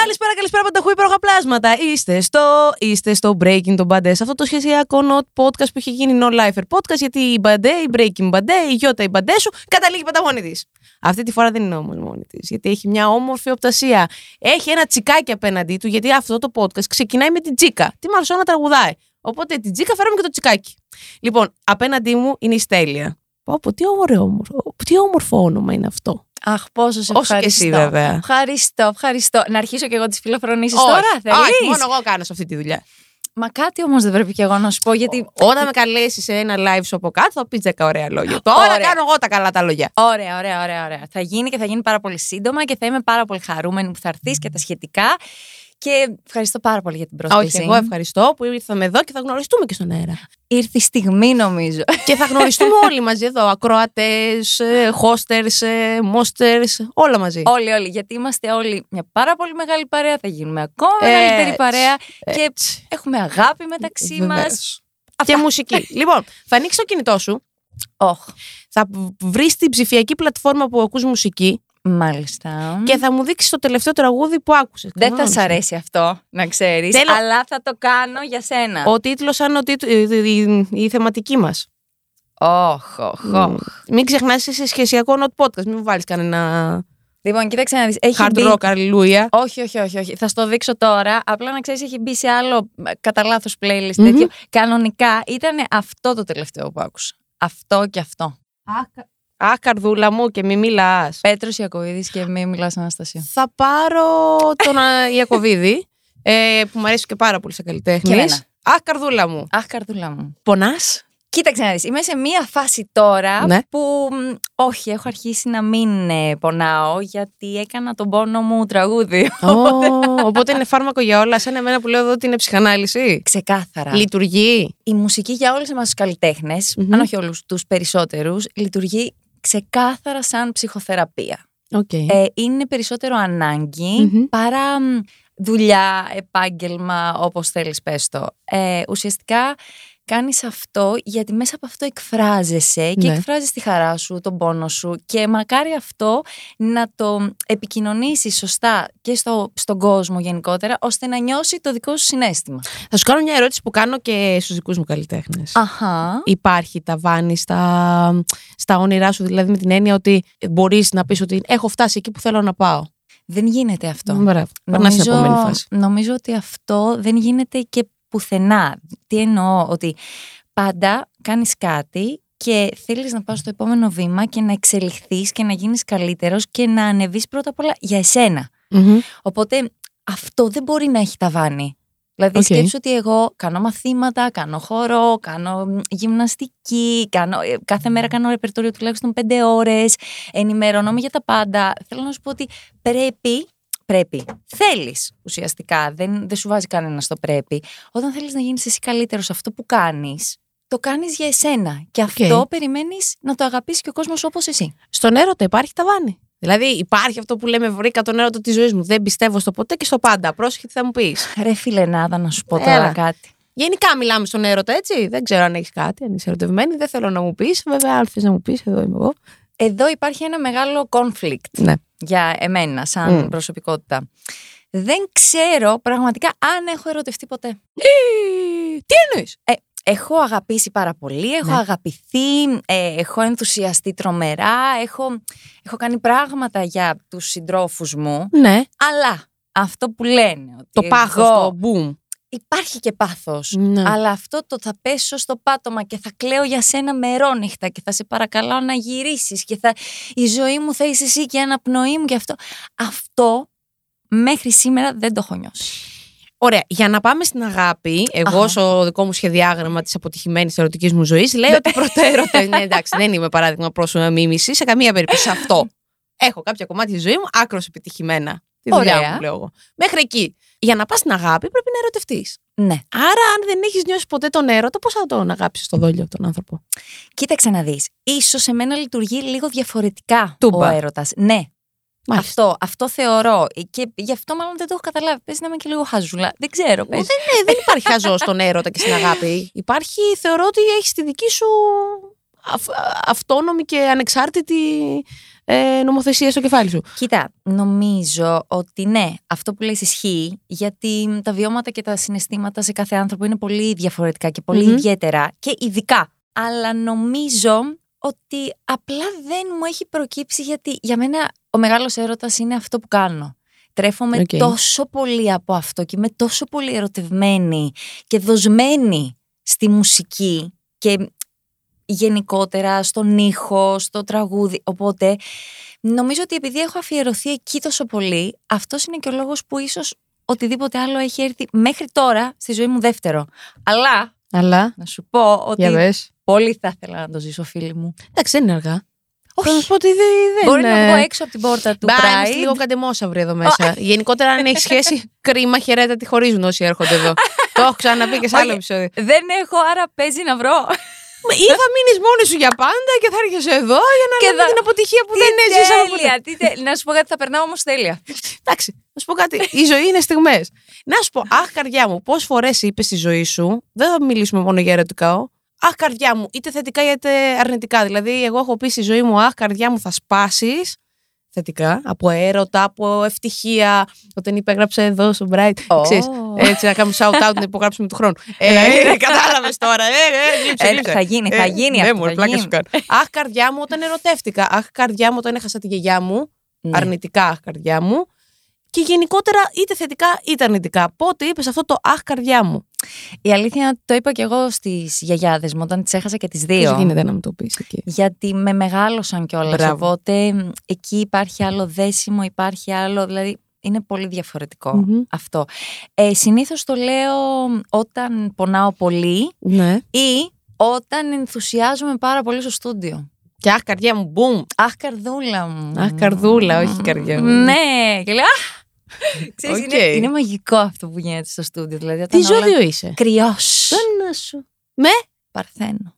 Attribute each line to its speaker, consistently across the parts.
Speaker 1: Καλησπέρα, καλησπέρα, πανταχού υπέροχα πλάσματα. Είστε στο, είστε στο Breaking τον Μπαντέ. Σε αυτό το σχεσιακό not podcast που έχει γίνει No Lifer podcast, γιατί η Μπαντέ, η Breaking Μπαντέ, η Γιώτα η Μπαντέ σου καταλήγει πάντα μόνη τη. Αυτή τη φορά δεν είναι όμως μόνη τη, γιατί έχει μια όμορφη οπτασία. Έχει ένα τσικάκι απέναντί του, γιατί αυτό το podcast ξεκινάει με την Τζίκα. Τι μαρσόνα τραγουδάει. Οπότε την Τζίκα φέραμε και το τσικάκι. Λοιπόν, απέναντί μου είναι η Στέλια. Πω, πω, τι ωραίο, όμορφο- τι όμορφο όνομα είναι αυτό.
Speaker 2: Αχ, πόσο
Speaker 1: Όσο
Speaker 2: σε
Speaker 1: και
Speaker 2: ευχαριστώ.
Speaker 1: εσύ, βέβαια.
Speaker 2: Ευχαριστώ, ευχαριστώ. Να αρχίσω και εγώ τις φιλοφρονήσεις
Speaker 1: Όχι,
Speaker 2: τώρα,
Speaker 1: όχι,
Speaker 2: θέλεις.
Speaker 1: μόνο εγώ κάνω σε αυτή τη δουλειά.
Speaker 2: Μα κάτι όμως δεν πρέπει και εγώ να σου πω, γιατί.
Speaker 1: Όταν με καλέσεις σε ένα live σου από κάτω, θα πεις 10 ωραία λόγια. Τώρα
Speaker 2: Ωραία.
Speaker 1: κάνω εγώ τα καλά τα λόγια.
Speaker 2: Ωραία, ωραία, ωραία, ωραία. Θα γίνει και θα γίνει πάρα πολύ σύντομα και θα είμαι πάρα πολύ χαρούμενη που θα έρθεις και τα σχετικά. Και ευχαριστώ πάρα πολύ για την πρόσκληση.
Speaker 1: Όχι, εγώ ευχαριστώ που ήρθαμε εδώ και θα γνωριστούμε και στον αέρα.
Speaker 2: Ήρθε η στιγμή, νομίζω.
Speaker 1: και θα γνωριστούμε όλοι μαζί εδώ. Ακροατές, hosters, ε, mosters, όλα μαζί.
Speaker 2: όλοι, όλοι. Γιατί είμαστε όλοι μια πάρα πολύ μεγάλη παρέα. Θα γίνουμε ακόμα
Speaker 1: Έτσι,
Speaker 2: μεγαλύτερη παρέα.
Speaker 1: ε,
Speaker 2: Και
Speaker 1: έτσι.
Speaker 2: έχουμε αγάπη μεταξύ μα.
Speaker 1: Βεβαίως. Και μουσική. λοιπόν, θα ανοίξει το κινητό σου,
Speaker 2: Όχ.
Speaker 1: θα βρεις την ψηφιακή πλατφόρμα που ακούς μουσική
Speaker 2: Μάλιστα.
Speaker 1: και θα μου δείξεις το τελευταίο τραγούδι που άκουσες.
Speaker 2: Δεν θα σ' αρέσει αυτό, να ξέρεις,
Speaker 1: Θέλω-
Speaker 2: αλλά θα το κάνω για σένα.
Speaker 1: Ο τίτλος, αν ο ε, τίτλο- η, η- η θεματική μας.
Speaker 2: Όχ, όχ,
Speaker 1: Μμ. Μην ξεχνάς είσαι σχεσιακό not podcast. Μην βάλεις κανένα
Speaker 2: Λοιπόν, κοίταξε να δεις, έχει
Speaker 1: hard
Speaker 2: μπει...
Speaker 1: rock, αλληλούια.
Speaker 2: Όχι, όχι, όχι, όχι. Θα στο δείξω τώρα. Απλά να ξέρεις, έχει μπει σε άλλο ε, κατά λάθος playlist
Speaker 1: Μμμ.
Speaker 2: τέτοιο. Κανονικά ήταν αυτό το τελευταίο που άκουσα. Αυτό και αυτό.
Speaker 1: Αχ, καρδούλα μου και μη μιλάς.
Speaker 2: Πέτρος Ιακοβίδης και μη μιλάς Αναστασία.
Speaker 1: Ε, Θα πάρω τον α, Ιακοβίδη, ε, που μου αρέσει και πάρα πολύ σε
Speaker 2: Και
Speaker 1: καλλιτέχνη.
Speaker 2: εμένα.
Speaker 1: Αχ, καρδούλα μου.
Speaker 2: Αχ, καρδούλα μου.
Speaker 1: Πονάς.
Speaker 2: Κοίταξε να δεις, είμαι σε μία φάση τώρα
Speaker 1: Ναι.
Speaker 2: που μ, όχι, έχω αρχίσει να μην ε, πονάω γιατί έκανα τον πόνο μου τραγούδι.
Speaker 1: Οπότε είναι φάρμακο για όλα. Σαν εμένα που λέω εδώ ότι είναι ψυχανάλυση.
Speaker 2: Ξεκάθαρα.
Speaker 1: Λειτουργεί.
Speaker 2: η μουσική για όλους εμάς τους καλλιτέχνες,
Speaker 1: Μμμ.
Speaker 2: αν όχι όλους τους περισσότερους, λειτουργεί ξεκάθαρα σαν ψυχοθεραπεία. Ε, είναι περισσότερο ανάγκη
Speaker 1: Μμμ.
Speaker 2: παρά μ, δουλειά, επάγγελμα, όπως θέλεις πες το. Ε, ουσιαστικά κάνεις αυτό γιατί μέσα από αυτό εκφράζεσαι και
Speaker 1: Ναι.
Speaker 2: εκφράζεις τη χαρά σου, τον πόνο σου και μακάρι αυτό να το επικοινωνήσεις σωστά και στο, στον κόσμο γενικότερα ώστε να νιώσει το δικό σου συνέστημα.
Speaker 1: Θα σου κάνω μια ερώτηση που κάνω και στους δικούς μου καλλιτέχνες.
Speaker 2: Αχα.
Speaker 1: Υπάρχει ταβάνι στα, στα όνειρά σου, δηλαδή με την έννοια ότι μπορείς να πεις ότι έχω φτάσει εκεί που θέλω να πάω.
Speaker 2: Δεν γίνεται αυτό.
Speaker 1: Μπράβο. Περνάς στην επόμενη φάση.
Speaker 2: νομίζω ότι αυτό δεν γίνεται και πουθενά. Τι εννοώ, ότι πάντα κάνεις κάτι και θέλεις να πας στο επόμενο βήμα και να εξελιχθείς και να γίνεις καλύτερος και να ανεβείς πρώτα απ' όλα για εσένα. Οπότε αυτό δεν μπορεί να έχει ταβάνι. Δηλαδή
Speaker 1: Οκ.
Speaker 2: σκέψου ότι εγώ κάνω μαθήματα, κάνω χορό, κάνω μ, γυμναστική, κάνω, ε, κάθε μέρα κάνω ρεπερτόριο τουλάχιστον πέντε ώρες, ενημερώνομαι για τα πάντα. Θέλω να σου πω ότι πρέπει, πρέπει, θέλεις ουσιαστικά, δεν, δεν σου βάζει κανένα το πρέπει. Όταν θέλεις να γίνεις εσύ καλύτερος σε αυτό που κάνεις, το κάνεις για εσένα και αυτό περιμένεις να το αγαπήσεις και ο κόσμος όπως εσύ.
Speaker 1: Στον έρωτα υπάρχει ταβάνι. Δηλαδή υπάρχει αυτό που λέμε βρήκα τον έρωτα της ζωής μου. Δεν πιστεύω στο ποτέ και στο πάντα. Πρόσεχε τι θα μου πεις.
Speaker 2: Ρε φιλενάδα να σου πω
Speaker 1: Έλα.
Speaker 2: τώρα κάτι.
Speaker 1: Γενικά μιλάμε στον έρωτα, έτσι. Δεν ξέρω αν έχεις κάτι, αν είσαι ερωτευμένη. Δεν θέλω να μου πεις. Βέβαια, αν θες να μου πεις, εδώ είμαι εγώ.
Speaker 2: Εδώ υπάρχει ένα μεγάλο conflict
Speaker 1: Ναι. Mm.
Speaker 2: για εμένα σαν
Speaker 1: Μμ.
Speaker 2: προσωπικότητα. Δεν ξέρω πραγματικά αν έχω ερωτευτεί ποτέ.
Speaker 1: Τι εννοείς.
Speaker 2: Έχω αγαπήσει πάρα πολύ, έχω
Speaker 1: Ναι.
Speaker 2: αγαπηθεί, ε, έχω ενθουσιαστεί τρομερά, έχω, έχω κάνει πράγματα για τους συντρόφους μου,
Speaker 1: Ναι.
Speaker 2: αλλά αυτό που λένε ότι
Speaker 1: Το πάθο,
Speaker 2: εγώ-
Speaker 1: το boom.
Speaker 2: Υπάρχει και πάθος,
Speaker 1: Ναι.
Speaker 2: αλλά αυτό το θα πέσω στο πάτωμα και θα κλαίω για σένα μερόνυχτα και θα σε παρακαλάω να γυρίσεις και θα, η ζωή μου θα είσαι εσύ και η αναπνοή μου και αυτό. Αυτό μέχρι σήμερα δεν το έχω νιώσει.
Speaker 1: Ωραία, για να πάμε στην αγάπη, εγώ
Speaker 2: Αχα.
Speaker 1: στο δικό μου σχεδιάγραμμα της αποτυχημένης ερωτικής μου ζωής, λέω ότι πρώτα έρωτα. ναι, εντάξει, δεν είμαι παράδειγμα πρόσωπα μίμησης σε καμία περίπτωση σε αυτό. Έχω κάποια κομμάτια της ζωής μου άκρος επιτυχημένα. Τη δουλειά
Speaker 2: Ωραία.
Speaker 1: μου, λέω εγώ. Μέχρι εκεί. για να πας στην αγάπη πρέπει να ερωτευτείς.
Speaker 2: Ναι.
Speaker 1: Άρα, αν δεν έχεις νιώσει ποτέ τον έρωτα, πώς θα τον αγαπήσει το δόλιο τον άνθρωπο.
Speaker 2: Κοίταξε να δεις. σω σε μένα λειτουργεί λίγο διαφορετικά ο
Speaker 1: Τούμπα.
Speaker 2: έρωτας. Ναι.
Speaker 1: Μάλιστα.
Speaker 2: Αυτό, αυτό θεωρώ. Και γι' αυτό μάλλον δεν το έχω καταλάβει. Πες να είμαι και λίγο χαζούλα. Δεν ξέρω. Πες.
Speaker 1: Ναι, δεν υπάρχει χαζός στον έρωτα και στην αγάπη. Υπάρχει, θεωρώ ότι έχεις τη δική σου αυ- αυτόνομη και ανεξάρτητη ε, νομοθεσία στο κεφάλι σου.
Speaker 2: Κοίτα, νομίζω ότι ναι, αυτό που λες ισχύει, γιατί τα βιώματα και τα συναισθήματα σε κάθε άνθρωπο είναι πολύ διαφορετικά και πολυ
Speaker 1: Μμμ.
Speaker 2: ιδιαίτερα και ειδικά. Αλλά νομίζω ότι απλά δεν μου έχει προκύψει γιατί για μένα ο μεγάλος έρωτας είναι αυτό που κάνω. Τρέφομαι
Speaker 1: Οκ.
Speaker 2: τόσο πολύ από αυτό και είμαι τόσο πολύ ερωτευμένη και δοσμένη στη μουσική και γενικότερα στον ήχο, στο τραγούδι. Οπότε νομίζω ότι επειδή έχω αφιερωθεί εκεί τόσο πολύ, αυτός είναι και ο λόγος που ίσως οτιδήποτε άλλο έχει έρθει μέχρι τώρα στη ζωή μου δεύτερο. Αλλά
Speaker 1: Αλλά.
Speaker 2: να σου πω ότι
Speaker 1: Για πες.
Speaker 2: πολύ θα ήθελα να το ζήσω, φίλοι μου.
Speaker 1: Εντάξει, δεν είναι αργά.
Speaker 2: Όχι.
Speaker 1: Θα σου πω ότι δεν δεν
Speaker 2: Μπορεί
Speaker 1: είναι.
Speaker 2: να βγω έξω από την πόρτα του
Speaker 1: Ε, ναι. Μπα, είμαστε
Speaker 2: Pride.
Speaker 1: λίγο καντεμόσαυροι εδώ μέσα. Γενικότερα, αν έχει σχέση, κρίμα χαιρέτα τη χωρίζουν όσοι έρχονται εδώ. Το έχω ξαναπεί και σε άλλο
Speaker 2: Όχι.
Speaker 1: επεισόδιο.
Speaker 2: Δεν έχω, άρα παίζει να βρω.
Speaker 1: ε, Μα Ή θα μείνεις μόνη σου για πάντα και θα έρχεσαι εδώ για να
Speaker 2: Και
Speaker 1: λέμε
Speaker 2: θα-
Speaker 1: την αποτυχία που
Speaker 2: Τι
Speaker 1: δεν έζησα από ποτέ.
Speaker 2: τέλεια, τι τέλεια. Να σου πω κάτι, θα περνάω όμως τέλεια.
Speaker 1: Εντάξει, να σου πω κάτι. Η ζωή είναι στιγμές. Να σου πω, Αχ, καρδιά μου, πόσες φορές είπες στη ζωή σου, δεν θα μιλήσουμε μόνο για ερωτικά. Αχ, καρδιά μου, είτε θετικά είτε αρνητικά. Δηλαδή, εγώ έχω πει στη ζωή μου, Αχ, καρδιά μου, θα σπάσεις. Θετικά, από έρωτα, από ευτυχία. Όταν υπέγραψε εδώ στο Bright.
Speaker 2: Ω.
Speaker 1: Ξέρεις, έτσι, να κάνουμε shout out να υπογράψουμε του χρόνου. Ε, ε, κατάλαβες τώρα. Ε, ε, γλύψε,
Speaker 2: Ε,
Speaker 1: γλύψε.
Speaker 2: θα γίνει, θα
Speaker 1: Ε,
Speaker 2: γίνει
Speaker 1: ναι,
Speaker 2: αυτό,
Speaker 1: μωρέ,
Speaker 2: θα
Speaker 1: πλάκα
Speaker 2: γίνει.
Speaker 1: σου κάνω. Αχ, καρδιά μου, όταν ερωτεύτηκα. Αχ, καρδιά μου, όταν έχασα τη γιαγιά μου.
Speaker 2: Ναι.
Speaker 1: Αρνητικά, αχ, καρδιά μου. Και γενικότερα είτε θετικά είτε αρνητικά. Πότε είπες αυτό το αχ, καρδιά μου.
Speaker 2: Η αλήθεια το είπα και εγώ στις γιαγιάδες μου όταν τις έχασα και τις
Speaker 1: Πώ
Speaker 2: δύο.
Speaker 1: γίνεται να μου το πεις εκεί.
Speaker 2: Γιατί με μεγάλωσαν κιόλας.
Speaker 1: Μπράβο.
Speaker 2: Οπότε μ, εκεί υπάρχει άλλο δέσιμο, υπάρχει άλλο. Δηλαδή είναι πολύ διαφορετικό
Speaker 1: Μμμ.
Speaker 2: αυτό. Ε, Συνήθως το λέω όταν πονάω πολύ
Speaker 1: Ναι.
Speaker 2: ή όταν ενθουσιάζομαι πάρα πολύ στο στούντιο.
Speaker 1: Και αχ, καρδιά μου, μπουμ.
Speaker 2: Αχ, καρδούλα μου.
Speaker 1: Αχ, καρδούλα, όχι καρδιά μου.
Speaker 2: Ναι, και λέω. Αχ! Ξέρεις,
Speaker 1: Οκ.
Speaker 2: είναι, είναι μαγικό αυτό που γίνεται στο στούντιο. Δηλαδή,
Speaker 1: Τι
Speaker 2: όταν όλα...
Speaker 1: ζώδιο είσαι.
Speaker 2: Κρυός.
Speaker 1: Κάνα σου.
Speaker 2: Παρθένο.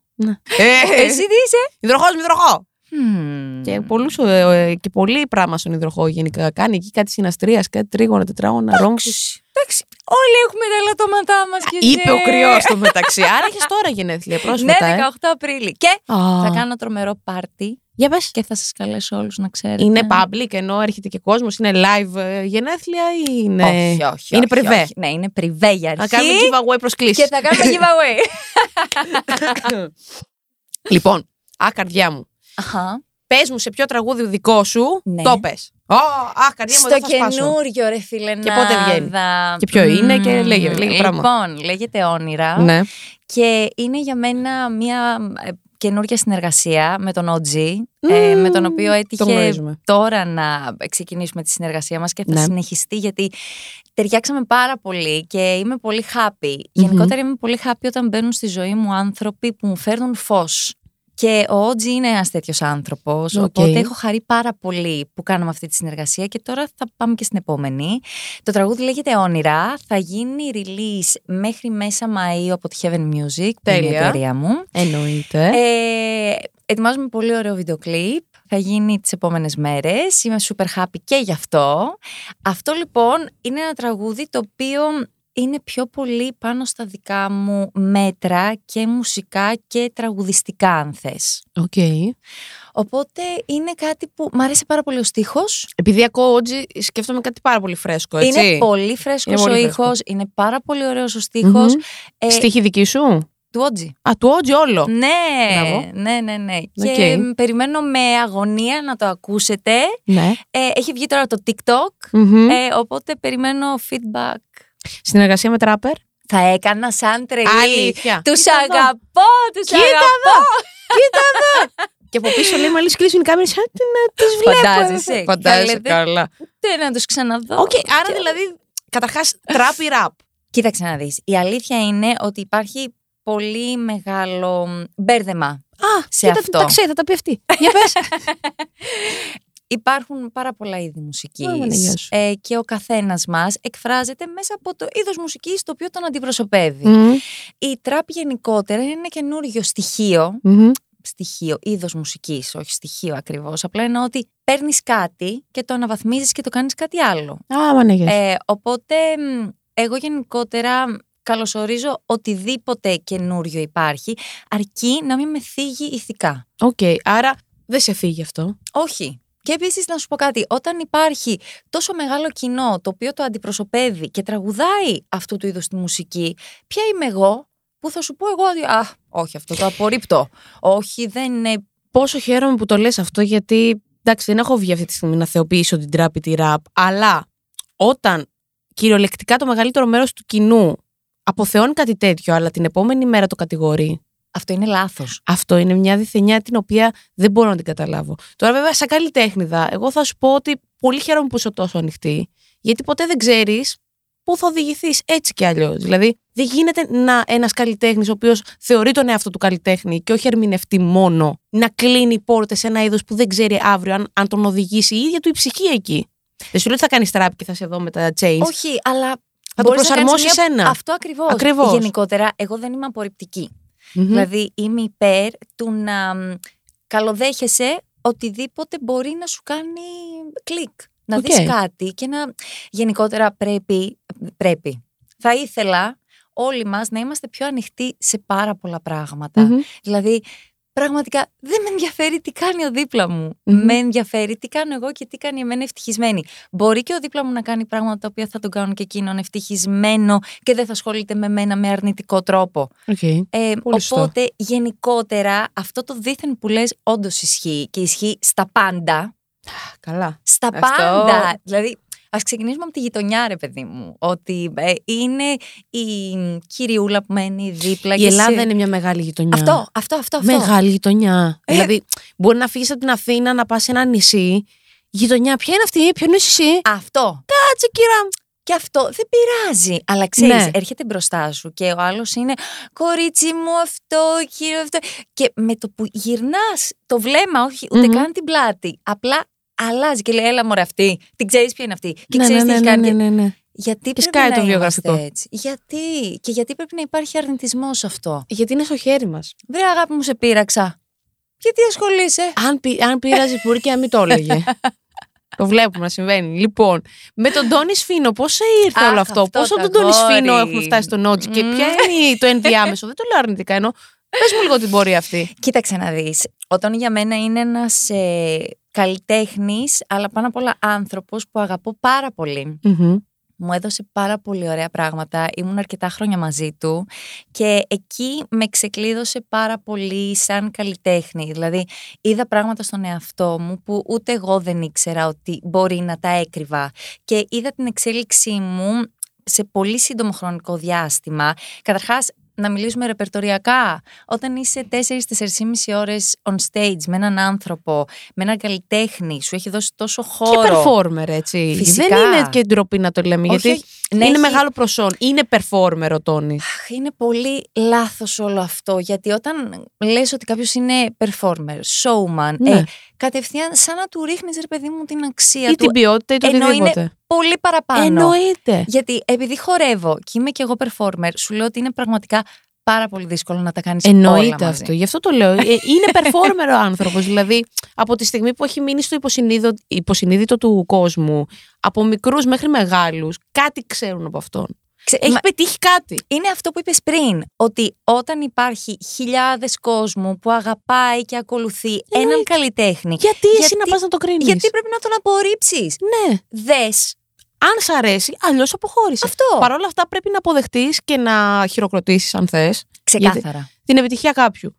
Speaker 2: Εσύ
Speaker 1: Ε, Εσύ.
Speaker 2: τι είσαι.
Speaker 1: Υδροχός, υδροχό.
Speaker 2: Μμμ.
Speaker 1: Και, πολλούς, ε, ε, και πολύ πράγμα στον υδροχό γενικά. Κάνει εκεί κάτι συναστρίας, κάτι τρίγωνα, τετράγωνα, ρόμφου.
Speaker 2: Εντάξει, όλοι έχουμε τα ελαττώματά μα.
Speaker 1: Είπε ο κρυός στο μεταξύ. Άρα έχεις τώρα γενέθλια
Speaker 2: Ναι,
Speaker 1: πρόσφατα. ε.
Speaker 2: 18 Απρίλη. Και
Speaker 1: Α,
Speaker 2: θα κάνω τρομερό πάρτι
Speaker 1: Για πες.
Speaker 2: και θα σας καλέσω όλους να ξέρετε.
Speaker 1: Είναι public ενώ έρχεται και κόσμος, είναι live ε, γενέθλια ή είναι.
Speaker 2: Όχι, όχι.
Speaker 1: Είναι
Speaker 2: όχι,
Speaker 1: privé.
Speaker 2: όχι. Ναι, είναι πριβέ για
Speaker 1: Να κάνουμε
Speaker 2: αρχή.
Speaker 1: giveaway προσκλήσεις.
Speaker 2: Και θα κάνουμε giveaway.
Speaker 1: Λοιπόν, α, καρδιά μου.
Speaker 2: Αχα.
Speaker 1: Πες μου σε ποιο τραγούδι δικό σου
Speaker 2: Ναι.
Speaker 1: το πες. Α, καρδιά μου,
Speaker 2: Στο
Speaker 1: εδώ θα σπάσω.
Speaker 2: καινούριο, ρε φίλε.
Speaker 1: Και πότε βγαίνει. Και ποιο είναι και λέγε, λέγε πράγμα.
Speaker 2: Λοιπόν, λέγεται Όνειρα.
Speaker 1: Ναι.
Speaker 2: Και είναι για μένα μια ε, καινούργια συνεργασία με τον OG, ε,
Speaker 1: Μμμ,
Speaker 2: με τον οποίο
Speaker 1: τον
Speaker 2: έτυχε
Speaker 1: γνωρίζουμε.
Speaker 2: τώρα να ξεκινήσουμε τη συνεργασία μας και θα
Speaker 1: Ναι.
Speaker 2: συνεχιστεί γιατί ταιριάξαμε πάρα πολύ και είμαι πολύ happy. Γενικότερα είμαι πολύ happy όταν μπαίνουν στη ζωή μου άνθρωποι που μου φέρνουν φως. Και ο Ότζι είναι ένας τέτοιος άνθρωπος.
Speaker 1: Οκ.
Speaker 2: Οπότε έχω χαρεί πάρα πολύ που κάναμε αυτή τη συνεργασία και τώρα θα πάμε και στην επόμενη. Το τραγούδι λέγεται Όνειρα. Θα γίνει release μέχρι μέσα Μαΐου από τη Heaven Music, που είναι η
Speaker 1: Τέλεια.
Speaker 2: εταιρεία μου.
Speaker 1: Εννοείται.
Speaker 2: Ε, ετοιμάζουμε πολύ ωραίο βίντεο κλιπ. Θα γίνει τις επόμενες μέρες. Είμαι super happy και γι' αυτό. Αυτό λοιπόν είναι ένα τραγούδι το οποίο είναι πιο πολύ πάνω στα δικά μου μέτρα και μουσικά και τραγουδιστικά αν θες.
Speaker 1: Οκ.
Speaker 2: Οπότε είναι κάτι που μ' αρέσει πάρα πολύ ο στίχος.
Speaker 1: Επειδή ακούω Ότζι, σκέφτομαι κάτι πάρα πολύ φρέσκο, έτσι.
Speaker 2: Είναι πολύ φρέσκος
Speaker 1: Είναι πολύ
Speaker 2: ο
Speaker 1: φρέσκο.
Speaker 2: ήχος, είναι πάρα πολύ ωραίος ο
Speaker 1: Μμμ.
Speaker 2: στιχος Ε,
Speaker 1: Στίχη δική σου.
Speaker 2: Του Ότζι.
Speaker 1: Α, του Ότζι όλο.
Speaker 2: Ναι,
Speaker 1: Μπράβο.
Speaker 2: ναι, ναι, ναι.
Speaker 1: Οκ.
Speaker 2: Και μ, περιμένω με αγωνία να το ακούσετε.
Speaker 1: Ναι.
Speaker 2: Ε, έχει βγει τώρα το TikTok,
Speaker 1: Μμμ.
Speaker 2: ε, οπότε περιμένω feedback.
Speaker 1: Συνεργασία με τράπερ.
Speaker 2: Θα έκανα σαν τρελή.
Speaker 1: Αλήθεια.
Speaker 2: ε, Τους
Speaker 1: Κοίτα εδώ.
Speaker 2: αγαπώ, τους
Speaker 1: Κοίτα
Speaker 2: αγαπώ.
Speaker 1: Και από πίσω λέει, μόλις κλείσουν οι κάμερες, σαν να τι βλέπω.
Speaker 2: Φαντάζεσαι.
Speaker 1: Φαντάζεσαι
Speaker 2: Καλέ, δεν-
Speaker 1: καλά.
Speaker 2: Ούτε Ε, να τους ξαναδώ.
Speaker 1: Οκ, άρα δηλαδή, καταρχάς, τραπ ή ραπ.
Speaker 2: Κοίταξε να δεις. Η αλήθεια είναι ότι υπάρχει πολύ μεγάλο μ, μπέρδεμα
Speaker 1: Α,
Speaker 2: σε
Speaker 1: κοίτα,
Speaker 2: αυτό.
Speaker 1: Τα ξέρει, θα τα πει αυτή. Για πες.
Speaker 2: Υπάρχουν πάρα πολλά είδη μουσικής.
Speaker 1: Ω, Παναγιά σου.
Speaker 2: Ε, και ο καθένας μας εκφράζεται μέσα από το είδος μουσικής το οποίο τον αντιπροσωπεύει. Η τραπ γενικότερα είναι ένα καινούριο στοιχείο.
Speaker 1: Μμμ.
Speaker 2: Στοιχείο, είδος μουσικής, όχι στοιχείο ακριβώς. Απλά εννοώ ότι παίρνεις κάτι και το αναβαθμίζεις και το κάνεις κάτι άλλο.
Speaker 1: Α, Παναγιά σου.
Speaker 2: Ε, οπότε, μ, εγώ γενικότερα καλωσορίζω οτιδήποτε καινούριο υπάρχει, αρκεί να μην με θίγει ηθικά.
Speaker 1: Οκ, άρα δεν σε φύγει αυτό.
Speaker 2: Όχι. Και επίσης να σου πω κάτι, όταν υπάρχει τόσο μεγάλο κοινό το οποίο το αντιπροσωπεύει και τραγουδάει αυτού του είδους τη μουσική, ποια είμαι εγώ που θα σου πω εγώ ότι Α, όχι, αυτό το απορρίπτω. Όχι, δεν είναι.
Speaker 1: Πόσο χαίρομαι που το λες αυτό, γιατί εντάξει, δεν έχω βγει αυτή τη στιγμή να θεοποιήσω την τράπη τη ραπ, αλλά όταν κυριολεκτικά το μεγαλύτερο μέρος του κοινού αποθεώνει κάτι τέτοιο, αλλά την επόμενη μέρα το κατηγορεί.
Speaker 2: Αυτό είναι λάθος.
Speaker 1: Αυτό είναι μια διθενιά την οποία δεν μπορώ να την καταλάβω. Τώρα, βέβαια, σαν καλλιτέχνηδα, εγώ θα σου πω ότι πολύ χαίρομαι που είσαι τόσο ανοιχτή, γιατί ποτέ δεν ξέρεις πού θα οδηγηθείς έτσι κι αλλιώς. Δηλαδή, δεν γίνεται να ένας καλλιτέχνης, ο οποίος θεωρεί τον εαυτό του καλλιτέχνη και όχι ερμηνευτή μόνο, να κλείνει πόρτες σε ένα είδος που δεν ξέρει αύριο αν, αν τον οδηγήσει η ίδια του η ψυχή εκεί. Δεν σου λέω ότι θα κάνεις τράπ και θα σε δω με τα change.
Speaker 2: Όχι, αλλά.
Speaker 1: το
Speaker 2: μπορείς να κάνεις
Speaker 1: προσαρμόσεις
Speaker 2: μια-
Speaker 1: ένα.
Speaker 2: Αυτό ακριβώς.
Speaker 1: Ακριβώς.
Speaker 2: Γενικότερα, εγώ δεν είμαι απορριπτική.
Speaker 1: Μμμ.
Speaker 2: Δηλαδή είμαι υπέρ του να μ, καλοδέχεσαι οτιδήποτε μπορεί να σου κάνει κλικ. Να
Speaker 1: Οκ.
Speaker 2: δεις κάτι και να γενικότερα πρέπει, πρέπει. Θα ήθελα όλοι μας να είμαστε πιο ανοιχτοί σε πάρα πολλά πράγματα.
Speaker 1: Μμμ.
Speaker 2: Δηλαδή πραγματικά δεν με ενδιαφέρει τι κάνει ο δίπλα μου.
Speaker 1: Μμμ.
Speaker 2: Με ενδιαφέρει τι κάνω εγώ και τι κάνει εμένα ευτυχισμένη. Μπορεί και ο δίπλα μου να κάνει πράγματα τα οποία θα τον κάνουν και εκείνον ευτυχισμένο και δεν θα ασχολείται με μένα με αρνητικό τρόπο.
Speaker 1: Οκ.
Speaker 2: Ε,
Speaker 1: Πολύ σωστό.
Speaker 2: οπότε γενικότερα αυτό το δίθεν που λες όντως ισχύει και ισχύει στα πάντα.
Speaker 1: Καλά.
Speaker 2: Στα
Speaker 1: Αυτό.
Speaker 2: πάντα. Δηλαδή ας ξεκινήσουμε από τη γειτονιά ρε παιδί μου. Ότι ε, είναι η κυριούλα που μένει δίπλα.
Speaker 1: Η
Speaker 2: και
Speaker 1: Ελλάδα
Speaker 2: σε-
Speaker 1: είναι μια μεγάλη γειτονιά.
Speaker 2: Αυτό, αυτό, αυτό. αυτό.
Speaker 1: Μεγάλη γειτονιά.
Speaker 2: Ε.
Speaker 1: Δηλαδή, μπορεί να φύγεις από την Αθήνα να πας σε ένα νησί. Γειτονιά, ποια είναι αυτή, ποιο νησί.
Speaker 2: Αυτό.
Speaker 1: Κάτσε, κύρα.
Speaker 2: Και αυτό δεν πειράζει. Αλλά ξέρεις,
Speaker 1: Ναι.
Speaker 2: έρχεται μπροστά σου και ο άλλος είναι κορίτσι μου αυτό, κύριο αυτό. Και με το που γυρνάς το βλέμμα, όχι ούτε
Speaker 1: Μμμ.
Speaker 2: καν την πλάτη. Απλά αλλάζει και λέει, έλα μωρέ αυτή, την ξέρεις ποια είναι αυτή. Και
Speaker 1: ναι,
Speaker 2: ξέρεις
Speaker 1: ναι,
Speaker 2: τι έχει
Speaker 1: ναι,
Speaker 2: κάνει.
Speaker 1: ναι, ναι, ναι. Και
Speaker 2: Γιατί πρέπει
Speaker 1: σκάει
Speaker 2: να
Speaker 1: το
Speaker 2: είμαστε
Speaker 1: βιογραφικό.
Speaker 2: έτσι. Γιατί και γιατί πρέπει να υπάρχει αρνητισμός σε αυτό.
Speaker 1: Γιατί είναι στο χέρι μας.
Speaker 2: Βρε αγάπη μου, σε πείραξα. Γιατί ασχολείσαι.
Speaker 1: Αν, πει- αν πειράζει, μπορεί και να μην το έλεγε. το βλέπουμε να συμβαίνει. Λοιπόν, με τον Τόνι Σφίνο, πώς σε ήρθε
Speaker 2: Αχ,
Speaker 1: όλο αυτό,
Speaker 2: αυτό
Speaker 1: Πόσο
Speaker 2: το
Speaker 1: τον Τόνι
Speaker 2: αγόρι.
Speaker 1: Σφίνο έχουμε φτάσει στον Ότζι και
Speaker 2: Μμμ.
Speaker 1: ποια είναι το ενδιάμεσο. Δεν το λέω αρνητικά ενώ. Πες μου λίγο την πορεία αυτή.
Speaker 2: Κοίταξε να δεις. Ο Τόνι για μένα είναι ένας ε, καλλιτέχνης, αλλά πάνω απ' όλα άνθρωπος που αγαπώ πάρα πολύ. Μου έδωσε πάρα πολύ ωραία πράγματα. Ήμουν αρκετά χρόνια μαζί του και εκεί με ξεκλείδωσε πάρα πολύ σαν καλλιτέχνη. Δηλαδή, είδα πράγματα στον εαυτό μου που ούτε εγώ δεν ήξερα ότι μπορεί να τα έκρυβα. Και είδα την εξέλιξή μου σε πολύ σύντομο χρονικό διάστημα. Καταρχάς, να μιλήσουμε ρεπερτοριακά. Όταν είσαι 4-4,5 ώρες on stage με έναν άνθρωπο, με έναν καλλιτέχνη, σου έχει δώσει τόσο
Speaker 1: Και
Speaker 2: χώρο.
Speaker 1: performer, έτσι.
Speaker 2: Φυσικά.
Speaker 1: Δεν είναι και ντροπή να το λέμε,
Speaker 2: Όχι,
Speaker 1: γιατί
Speaker 2: ναι,
Speaker 1: είναι
Speaker 2: έχει-
Speaker 1: μεγάλο προσόν. Είναι performer ο Τόνι.
Speaker 2: Αχ, είναι πολύ λάθος όλο αυτό, γιατί όταν λες ότι κάποιος είναι performer, showman,
Speaker 1: Ναι.
Speaker 2: ε, κατευθείαν σαν να του ρίχνεις ρε παιδί μου την αξία
Speaker 1: ή
Speaker 2: του ε,
Speaker 1: την ποιότητα ή το
Speaker 2: ενώ
Speaker 1: οτιδήποτε.
Speaker 2: είναι πολύ παραπάνω.
Speaker 1: Εννοείται.
Speaker 2: Γιατί επειδή χορεύω και είμαι και εγώ performer, σου λέω ότι είναι πραγματικά πάρα πολύ δύσκολο να τα κάνεις όλα
Speaker 1: Εννοείται
Speaker 2: μαζί.
Speaker 1: αυτό. Γι' αυτό το λέω. Ε, Είναι performer ο άνθρωπος. Δηλαδή, από τη στιγμή που έχει μείνει στο υποσυνείδητο, υποσυνείδητο του κόσμου, από μικρούς μέχρι μεγάλους, κάτι ξέρουν από αυτόν.
Speaker 2: Ξε-
Speaker 1: Έχει
Speaker 2: μα-
Speaker 1: πετύχει κάτι.
Speaker 2: Είναι αυτό που είπες πριν, ότι όταν υπάρχει χιλιάδες κόσμου που αγαπάει και ακολουθεί έναν καλλιτέχνη,
Speaker 1: Γιατί, εσύ
Speaker 2: Γιατί-
Speaker 1: να πας να το κρίνεις.
Speaker 2: γιατί πρέπει να τον απορρίψεις.
Speaker 1: Ναι.
Speaker 2: Δες
Speaker 1: Αν σ' αρέσει, αλλιώς αποχώρησες.
Speaker 2: αυτό.
Speaker 1: Παρ' όλα αυτά, πρέπει να αποδεχτείς και να χειροκροτήσεις, αν θες,
Speaker 2: Ξεκάθαρα.
Speaker 1: την επιτυχία κάποιου.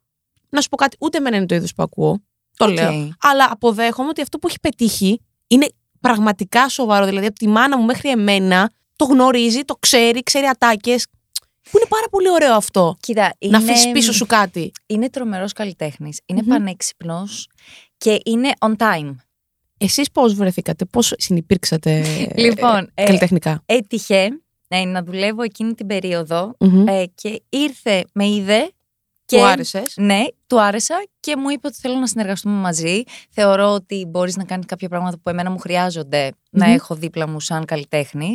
Speaker 1: Να σου πω κάτι, ούτε εμένα είναι το είδος που ακούω. Το λέω.
Speaker 2: Οκ.
Speaker 1: αλλά αποδέχομαι ότι αυτό που έχει πετύχει είναι πραγματικά σοβαρό. Δηλαδή, από τη μάνα μου μέχρι εμένα το γνωρίζει, το ξέρει, ξέρει ατάκες. Που είναι πάρα πολύ ωραίο αυτό.
Speaker 2: Κοίτα,
Speaker 1: Να
Speaker 2: είναι,
Speaker 1: αφήσεις πίσω σου κάτι.
Speaker 2: Είναι τρομερός καλλιτέχνης. Είναι
Speaker 1: Μμμ.
Speaker 2: πανέξυπνος και είναι on time.
Speaker 1: Εσείς πώς βρεθήκατε, πώς συνεπήρξατε
Speaker 2: Λοιπόν,
Speaker 1: ε,
Speaker 2: ε,
Speaker 1: καλλιτεχνικά.
Speaker 2: Έτυχε ε, να δουλεύω εκείνη την περίοδο
Speaker 1: Μμμ.
Speaker 2: ε, και ήρθε, με είδε
Speaker 1: Του άρεσες.
Speaker 2: Ναι, του άρεσα και μου είπε ότι θέλω να συνεργαστούμε μαζί. Θεωρώ ότι μπορείς να κάνεις κάποια πράγματα που εμένα μου χρειαζονται να
Speaker 1: Μμμ.
Speaker 2: έχω δίπλα μου σαν καλλιτέχνης.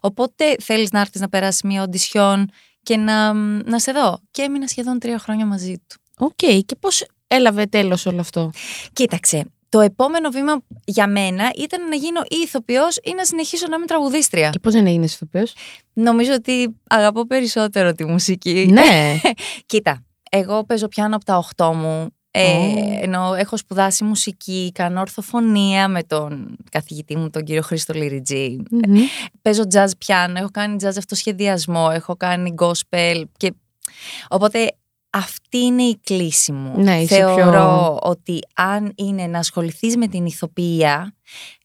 Speaker 2: Οπότε θέλεις να έρθεις να περάσεις μία οντισιόν και να, να σε δω. Και έμεινα σχεδόν τρία χρόνια μαζί του.
Speaker 1: Οκ, και πώς έλαβε τέλος όλο αυτό.
Speaker 2: Κοίταξε. Το επόμενο βήμα για μένα ήταν να γίνω ή ηθοποιός ή να συνεχίσω να είμαι τραγουδίστρια.
Speaker 1: Και πώς δεν έγινες ηθοποιός.
Speaker 2: Νομίζω ότι αγαπώ περισσότερο τη μουσική.
Speaker 1: ναι.
Speaker 2: Κοίτα, εγώ παίζω πιάνο από τα 8 μου. Ε,
Speaker 1: Ω.
Speaker 2: ενώ έχω σπουδάσει μουσική, κάνω ορθοφωνία με τον καθηγητή μου, τον κύριο Χρήστο Λυριτζή.
Speaker 1: Μμμ.
Speaker 2: Παίζω jazz πιάνο, έχω κάνει jazz αυτοσχεδιασμό, έχω κάνει gospel. Και... Οπότε αυτή είναι η κλίση μου.
Speaker 1: Ναι, είσαι
Speaker 2: Θεωρώ
Speaker 1: πιο-
Speaker 2: ότι αν είναι να ασχοληθείς με την ηθοποιία,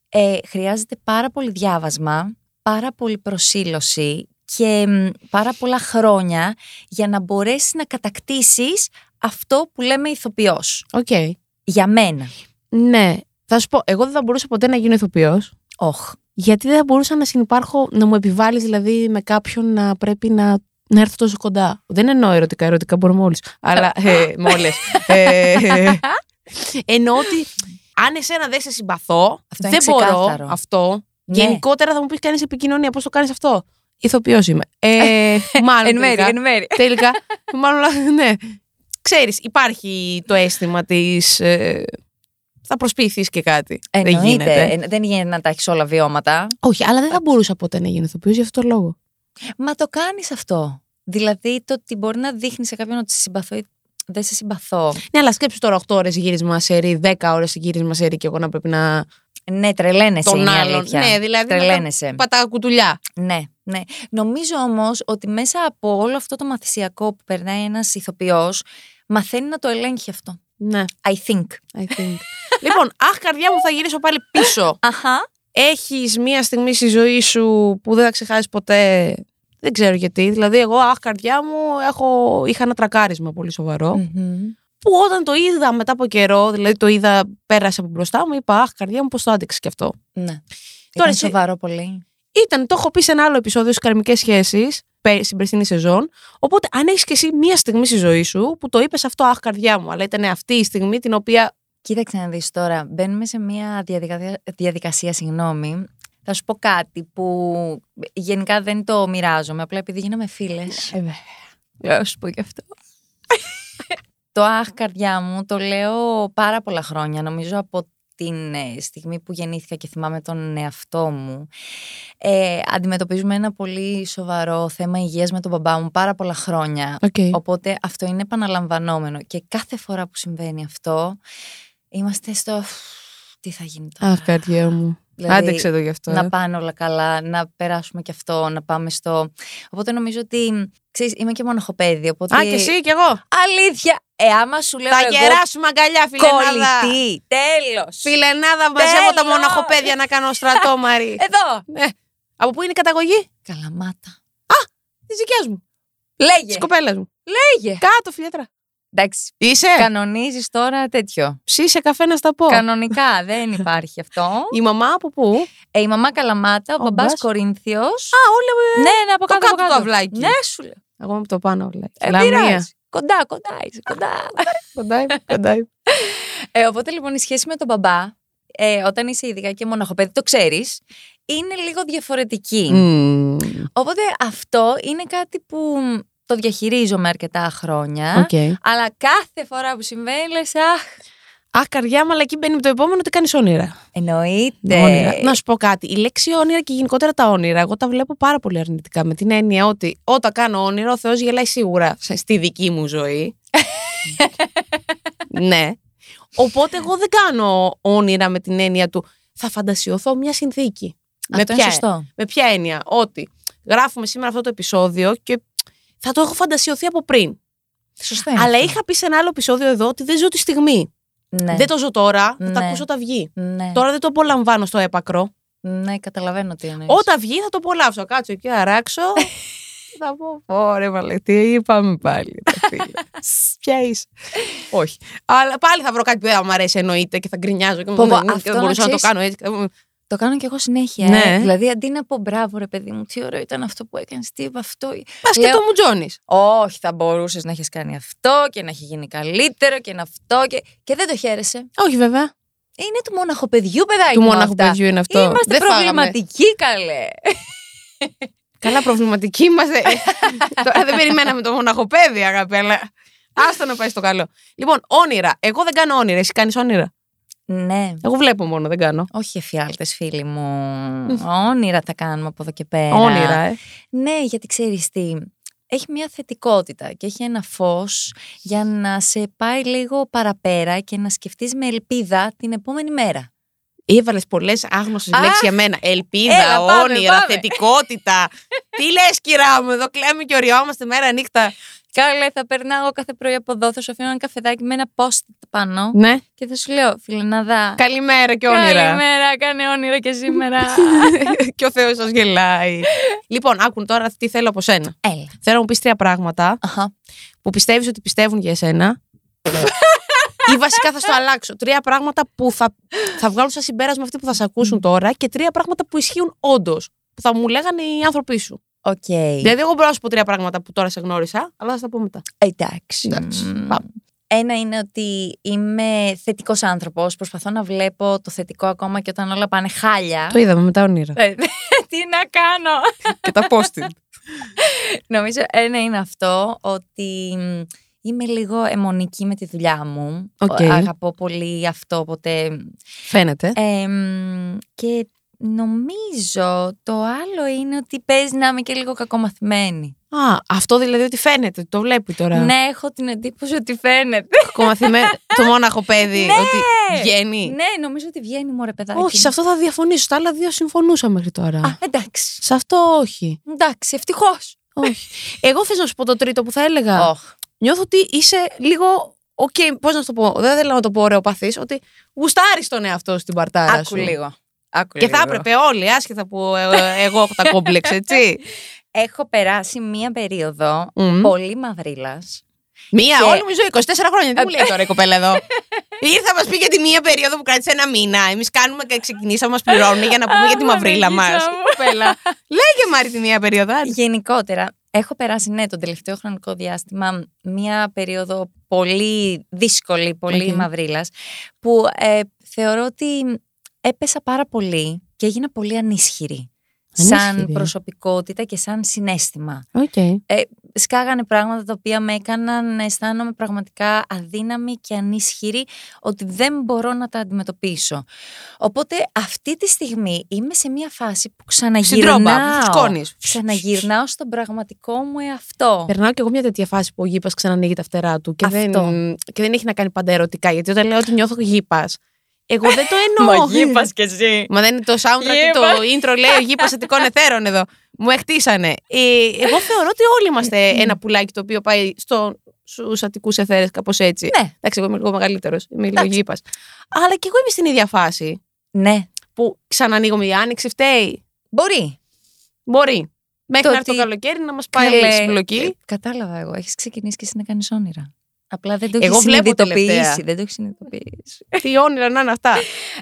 Speaker 2: ε, χρειάζεται πάρα πολύ διάβασμα, πάρα πολύ προσήλωση και μ, πάρα πολλά χρόνια για να μπορέσεις να κατακτήσεις αυτό που λέμε ηθοποιός.
Speaker 1: Οκ.
Speaker 2: Για μένα.
Speaker 1: Ναι. Θα σου πω, εγώ δεν θα μπορούσα ποτέ να γίνω ηθοποιός.
Speaker 2: Όχ.
Speaker 1: Γιατί δεν θα μπορούσα να συνεπάρχω, να μου επιβάλλεις δηλαδή με κάποιον να πρέπει να, να έρθω τόσο κοντά. Δεν εννοώ ερωτικά, ερωτικά μπορούμε όλους. Αλλά. Ε, με όλες. Ε, ε, εννοώ ότι αν εσένα δεν σε συμπαθώ,
Speaker 2: Αυτό είναι
Speaker 1: δεν μπορώ
Speaker 2: ξεκάθαρο.
Speaker 1: αυτό.
Speaker 2: Ναι.
Speaker 1: Γενικότερα θα μου πεις κανεί επικοινωνία, πώς το κάνεις αυτό. Ηθοποιός είμαι. Ε, μάλλον.
Speaker 2: Εν μέρη,
Speaker 1: τελικά.
Speaker 2: εν μέρη.
Speaker 1: τελικά. μάλλον, ναι. Ξέρεις, υπάρχει το αίσθημα της... ε, θα προσποιηθείς και κάτι. δεν
Speaker 2: Εννοείται.
Speaker 1: γίνεται.
Speaker 2: Ε, Δεν γίνεται να τα έχεις όλα βιώματα.
Speaker 1: Όχι, αλλά δεν θα μπορούσα ποτέ να γίνω ηθοποιός για αυτόν τον λόγο.
Speaker 2: Μα το κάνεις αυτό. Δηλαδή το ότι μπορεί να δείχνεις σε κάποιον ότι σε συμπαθώ ή δεν σε συμπαθώ.
Speaker 1: Ναι, αλλά σκέψου τώρα 8 ώρες γύρισμα σερί, 10 ώρες γύρισμα σερί και εγώ να πρέπει να...
Speaker 2: Ναι, τρελαίνεσαι
Speaker 1: τον
Speaker 2: είναι η
Speaker 1: άλλον.
Speaker 2: αλήθεια.
Speaker 1: Ναι, δηλαδή να
Speaker 2: τρελαίνεσαι.
Speaker 1: τα πατάω κουτουλιά.
Speaker 2: Ναι, ναι. Νομίζω όμως ότι μέσα από όλο αυτό το μαθησιακό που περνάει ένας ηθοποιός, μαθαίνει να το ελέγχει αυτό.
Speaker 1: Ναι,
Speaker 2: I think.
Speaker 1: I think. λοιπόν, αχ καρδιά μου θα γυρίσω πάλι πίσω.
Speaker 2: Αχα.
Speaker 1: Έχεις μία στιγμή στη ζωή σου που δεν θα ξεχάσεις ποτέ... Δεν ξέρω γιατί. Δηλαδή, εγώ, αχ, καρδιά μου, έχω... είχα ένα τρακάρισμα πολύ σοβαρό. που όταν το είδα μετά από καιρό, δηλαδή το είδα πέρασε από μπροστά μου, είπα Αχ, καρδιά μου, πώς το άντεξες κι αυτό.
Speaker 2: Ναι.
Speaker 1: Τώρα
Speaker 2: Τώρα
Speaker 1: εσύ-
Speaker 2: σοβαρό πολύ.
Speaker 1: Ήταν, το έχω πει σε ένα άλλο επεισόδιο στις καρμικές σχέσεις, στην περσινή σεζόν. Οπότε, αν έχεις κι εσύ μία στιγμή στη ζωή σου που το είπες αυτό, Αχ, καρδιά μου, αλλά ήταν αυτή η στιγμή την οποία.
Speaker 2: Κοίταξε να δεις τώρα. Μπαίνουμε σε μια διαδικα- διαδικασία, συγγνώμη. Θα σου πω κάτι που γενικά δεν το μοιράζομαι, απλά επειδή γίναμε φίλες.
Speaker 1: Ναι. Ε,
Speaker 2: Θα σου πω γι' αυτό. το αχ, καρδιά μου, το λέω πάρα πολλά χρόνια. Νομίζω από την ε, στιγμή που γεννήθηκα και θυμάμαι τον εαυτό μου. Ε, αντιμετωπίζουμε ένα πολύ σοβαρό θέμα υγείας με τον μπαμπά μου πάρα πολλά χρόνια.
Speaker 1: Okay.
Speaker 2: Οπότε αυτό είναι επαναλαμβανόμενο. Και κάθε φορά που συμβαίνει αυτό, είμαστε στο... «Φου, Τι θα γίνει τώρα.
Speaker 1: Αχ, καρδιά μου.
Speaker 2: Δηλαδή,
Speaker 1: Άντεξε το γι' αυτό. ε.
Speaker 2: να πάνε όλα καλά, να περάσουμε κι αυτό, να πάμε στο. Οπότε νομίζω ότι. Ξέρεις, είμαι και μοναχοπέδι. Οπότε...
Speaker 1: Α, και εσύ και εγώ.
Speaker 2: Αλήθεια! Ε, άμα σου λέω.
Speaker 1: Θα
Speaker 2: εγώ,
Speaker 1: γεράσουμε αγκαλιά, φιλενάδα.
Speaker 2: Κολλητή! Τέλος!
Speaker 1: Φιλενάδα, μαζεύω τα
Speaker 2: Τέλος.
Speaker 1: μοναχοπέδια να κάνω στρατό, Μαρή.
Speaker 2: Εδώ!
Speaker 1: Ε, από πού είναι η καταγωγή?
Speaker 2: Καλαμάτα.
Speaker 1: Της δικιάς μου.
Speaker 2: Λέγε!
Speaker 1: Της κοπέλας μου.
Speaker 2: Λέγε!
Speaker 1: Κάτω, φιλέτρα.
Speaker 2: Εντάξει.
Speaker 1: Είσαι.
Speaker 2: Κανονίζεις τώρα τέτοιο.
Speaker 1: Ψήσε καφέ να στα πω.
Speaker 2: Κανονικά δεν υπάρχει αυτό.
Speaker 1: Η μαμά από πού?
Speaker 2: Ε, η μαμά Καλαμάτα, ο,
Speaker 1: Ο
Speaker 2: μπαμπάς
Speaker 1: μπαμπάς.
Speaker 2: Κορίνθιος.
Speaker 1: Α, όλα.
Speaker 2: Ναι, ναι, από
Speaker 1: το
Speaker 2: κάτω, από
Speaker 1: κάτω το αυλάκι.
Speaker 2: Ναι, σου λέω.
Speaker 1: Εγώ είμαι από το πάνω. όλα.
Speaker 2: Ε, πειράζει. Κοντά, κοντά είσαι, κοντά.
Speaker 1: Κοντά είμαι, κοντά είμαι.
Speaker 2: Ε, οπότε λοιπόν η σχέση με τον μπαμπά, ε, όταν είσαι ειδικά και μοναχοπέδι, το ξέρεις, είναι λίγο διαφορετική. Οπότε αυτό είναι κάτι που το διαχειρίζομαι αρκετά χρόνια.
Speaker 1: Οκ.
Speaker 2: Αλλά κάθε φορά που συμβαίνει, λες, αχ,
Speaker 1: Αχ, καρδιά μου, αλλά εκεί μπαίνει το επόμενο ότι κάνεις όνειρα.
Speaker 2: εννοείται.
Speaker 1: Όνειρα. Να σου πω κάτι. Η λέξη όνειρα και γενικότερα τα όνειρα, εγώ τα βλέπω πάρα πολύ αρνητικά. Με την έννοια ότι όταν κάνω όνειρο, ο Θεός γελάει σίγουρα σε- στη δική μου ζωή. ναι. Οπότε εγώ δεν κάνω όνειρα με την έννοια του θα φαντασιωθώ μια συνθήκη.
Speaker 2: Αυτό είναι
Speaker 1: ποια-
Speaker 2: σωστό.
Speaker 1: Με ποια έννοια, ότι γράφουμε σήμερα αυτό το επεισόδιο και θα το έχω φαντασιωθεί από πριν.
Speaker 2: Σωστό είναι
Speaker 1: Αλλά
Speaker 2: αυτό.
Speaker 1: είχα πει σε ένα άλλο επεισόδιο εδώ ότι δεν ζω τη στιγμή.
Speaker 2: Ναι.
Speaker 1: Δεν το ζω τώρα, θα τα
Speaker 2: Ναι.
Speaker 1: ακούσω όταν βγει.
Speaker 2: Ναι.
Speaker 1: Τώρα δεν το απολαμβάνω στο έπακρο.
Speaker 2: ναι, καταλαβαίνω τι εννοείς.
Speaker 1: Όταν βγει θα το απολαύσω. Κάτσω εκεί, αράξω. και θα πω, πω ρε μαλε, τι είπαμε πάλι. ρε φίλε. Σ, Ποια είσαι. Όχι. Αλλά πάλι θα βρω κάτι που δεν θα μου ε, αρέσει εννοείται και θα γκρινιάζω και
Speaker 2: Πω, πω,
Speaker 1: δεν-
Speaker 2: αυτό
Speaker 1: δεν μπορούσα
Speaker 2: να
Speaker 1: να το
Speaker 2: ξέρεις-
Speaker 1: κάνω έτσι.
Speaker 2: Το κάνω και εγώ συνέχεια. ε.
Speaker 1: Ναι.
Speaker 2: Δηλαδή, αντί να πω μπράβο, ρε παιδί μου, τι ωραίο ήταν αυτό που έκανες, τι είπα αυτό.
Speaker 1: Πας και
Speaker 2: Λέω-
Speaker 1: το μουτζώνεις.
Speaker 2: Όχι, θα μπορούσες να έχεις κάνει αυτό και να έχει γίνει καλύτερο και να αυτό. Και, και δεν το χαίρεσε.
Speaker 1: Όχι, βέβαια.
Speaker 2: Είναι του μοναχοπαιδιού, παιδάκι.
Speaker 1: Του
Speaker 2: μου
Speaker 1: μονάχου
Speaker 2: αυτά.
Speaker 1: παιδιού είναι αυτό.
Speaker 2: Είμαστε
Speaker 1: Δεν φάγαμε.
Speaker 2: προβληματικοί, καλέ.
Speaker 1: Καλά, προβληματικοί
Speaker 2: ε.
Speaker 1: είμαστε. Τώρα δεν περιμέναμε το μοναχοπέδι, αγάπη, αλλά άστα να πάει στο καλό. Λοιπόν, όνειρα. Εγώ δεν κάνω όνειρα. Εσύ κάνεις όνειρα.
Speaker 2: ναι.
Speaker 1: Εγώ βλέπω μόνο, δεν κάνω.
Speaker 2: Όχι εφιάλτες φίλοι μου. Όνειρα θα κάνουμε από εδώ και πέρα.
Speaker 1: Όνειρα, ε.
Speaker 2: Ναι, γιατί ξέρεις τι. Έχει μια θετικότητα και έχει ένα φως για να σε πάει λίγο παραπέρα και να σκεφτείς με ελπίδα την επόμενη μέρα.
Speaker 1: Έβαλες πολλές άγνωστες
Speaker 2: Α,
Speaker 1: λέξεις για μένα. Ελπίδα,
Speaker 2: έλα, πάμε,
Speaker 1: όνειρα,
Speaker 2: πάμε.
Speaker 1: θετικότητα. Τι λες, κυρία μου, εδώ κλαίμε και οριόμαστε μέρα νύχτα.
Speaker 2: Καλέ, θα περνάω κάθε πρωί από εδώ, θα σου αφήνω ένα καφεδάκι με ένα post πάνω
Speaker 1: Ναι.
Speaker 2: και θα σου λέω, φιλενάδα,
Speaker 1: Καλημέρα και όνειρα.
Speaker 2: καλημέρα, κάνε όνειρα και σήμερα.
Speaker 1: και ο Θεός σας γελάει. λοιπόν, άκουν τώρα τι θέλω από σένα.
Speaker 2: Έλα.
Speaker 1: Θέλω να μου πεις τρία πράγματα
Speaker 2: Αχα.
Speaker 1: που πιστεύεις ότι πιστεύουν για εσένα. ή βασικά θα στο αλλάξω. Τρία πράγματα που θα, θα βγάλουν σαν συμπέρασμα αυτοί που θα σε ακούσουν τώρα και τρία πράγματα που ισχύουν όντως. Που θα μου λέγανε οι άνθρωποι σου.
Speaker 2: Οκ.
Speaker 1: Δηλαδή, εγώ μπορώ να σου πω τρία πράγματα που τώρα σε γνώρισα, αλλά θα στα πω μετά.
Speaker 2: Εντάξει.
Speaker 1: Εντάξει,
Speaker 2: Μμμ.
Speaker 1: πάμε.
Speaker 2: Ένα είναι ότι είμαι θετικός άνθρωπος, προσπαθώ να βλέπω το θετικό ακόμα και όταν όλα πάνε χάλια.
Speaker 1: είδαμε με τα όνειρα.
Speaker 2: Ε, Τι να κάνω.
Speaker 1: και τα post
Speaker 2: Νομίζω ένα είναι αυτό ότι μ, είμαι λίγο αιμονική με τη δουλειά μου.
Speaker 1: Οκ.
Speaker 2: Αγαπώ πολύ αυτό, οπότε...
Speaker 1: Φαίνεται.
Speaker 2: Ε, μ, και νομίζω το άλλο είναι ότι παίζει να είμαι και λίγο κακομαθημένη.
Speaker 1: Α, αυτό δηλαδή ότι φαίνεται, το βλέπει τώρα.
Speaker 2: Ναι, έχω την εντύπωση ότι φαίνεται.
Speaker 1: Κομμαθημένο, το μόναχο παιδί,
Speaker 2: Ναι.
Speaker 1: ότι βγαίνει.
Speaker 2: ναι, νομίζω ότι βγαίνει μωρέ παιδάκι.
Speaker 1: Όχι, σε αυτό θα διαφωνήσω. Στα άλλα δύο συμφωνούσα μέχρι τώρα.
Speaker 2: Α, εντάξει.
Speaker 1: Σε αυτό όχι.
Speaker 2: Εντάξει, ευτυχώς.
Speaker 1: όχι. Εγώ θες να σου πω το τρίτο που θα έλεγα. Νιώθω ότι είσαι λίγο. Οκ, πώς να σου το πω. Δεν θέλω να το πω ωραιοπαθής. Ότι γουστάρεις τον εαυτό σου στην παρτάρα σου.
Speaker 2: Άκου λίγο. Άκου
Speaker 1: Και
Speaker 2: λίγο.
Speaker 1: θα έπρεπε όλοι, άσχετα που ε, ε, εγώ έχω τα κόμπλεξ, έτσι.
Speaker 2: Έχω περάσει μία περίοδο
Speaker 1: Μμμ.
Speaker 2: πολύ μαυρίλας.
Speaker 1: Μία,
Speaker 2: Και-
Speaker 1: όλη μου η ζωή, 24 χρόνια. Τι μου λέει τώρα η κοπέλα εδώ. Ήρθα, μας πήγε τη μία περίοδο που κράτησε ένα μήνα. Εμείς κάνουμε και ξεκινήσαμε, μας πληρώνουν για να πούμε για τη
Speaker 2: Α,
Speaker 1: μαυρίλα μα.
Speaker 2: Παναγίτσα μου.
Speaker 1: Λέγε Μάρη τη μία περίοδο. άντε.
Speaker 2: Γενικότερα, έχω περάσει, ναι, το τελευταίο χρονικό διάστημα μία περίοδο πολύ δύσκολη, πολύ
Speaker 1: Οκ.
Speaker 2: μαυρίλας, που ε, θεωρώ ότι έπεσα πάρα πολύ και έγινα πολύ ανίσχυρη. Σαν
Speaker 1: Ανίσχυρη.
Speaker 2: προσωπικότητα και σαν συνέστημα. σκάγανε πράγματα τα οποία με έκαναν να αισθάνομαι πραγματικά αδύναμη και ανίσχυρη ότι δεν μπορώ να τα αντιμετωπίσω. Οπότε αυτή τη στιγμή είμαι σε μια φάση που
Speaker 1: Στην τρόμπα,
Speaker 2: ξαναγυρνάω.
Speaker 1: σκόνης.
Speaker 2: Ξαναγυρνάω στον πραγματικό μου εαυτό.
Speaker 1: Περνάω και εγώ μια τέτοια φάση που ο γήπας ξανανοίγει τα φτερά του και δεν,
Speaker 2: Αυτό.
Speaker 1: και δεν έχει να κάνει πάντα ερωτικά. Γιατί όταν λέω ότι νιώθω γήπας, εγώ δεν το εννοώ.
Speaker 2: κι εσύ.
Speaker 1: Μα δεν είναι το soundtrack και το intro λέει ο γήπα ετικών εθέρων εδώ. Μου εκτίσανε. Ε, εγώ θεωρώ ότι όλοι είμαστε ένα πουλάκι το οποίο πάει στο, στους αττικούς εθέρες, κάπως έτσι.
Speaker 2: Ναι.
Speaker 1: Εντάξει, εγώ είμαι λίγο μεγαλύτερος. Είμαι λίγο γήπας. Αλλά και εγώ είμαι στην ίδια φάση
Speaker 2: Ναι.
Speaker 1: που ξανανοίγω μια άνοιξη, φταίει.
Speaker 2: Μπορεί.
Speaker 1: Μπορεί. Μέχρι
Speaker 2: Το
Speaker 1: να έρθει το
Speaker 2: ότι-
Speaker 1: καλοκαίρι να μας πάει η
Speaker 2: Καλέ,
Speaker 1: συμπλοκή.
Speaker 2: ε, Κατάλαβα εγώ. Έχεις ξεκινήσει και εσύ να κάνεις όνειρα. Απλά δεν το
Speaker 1: Εγώ
Speaker 2: έχει
Speaker 1: βλέπω
Speaker 2: συνειδητοποιήσει.
Speaker 1: τελευταία.
Speaker 2: Δεν το έχει συνειδητοποιήσει.
Speaker 1: Τι όνειρα να είναι αυτά.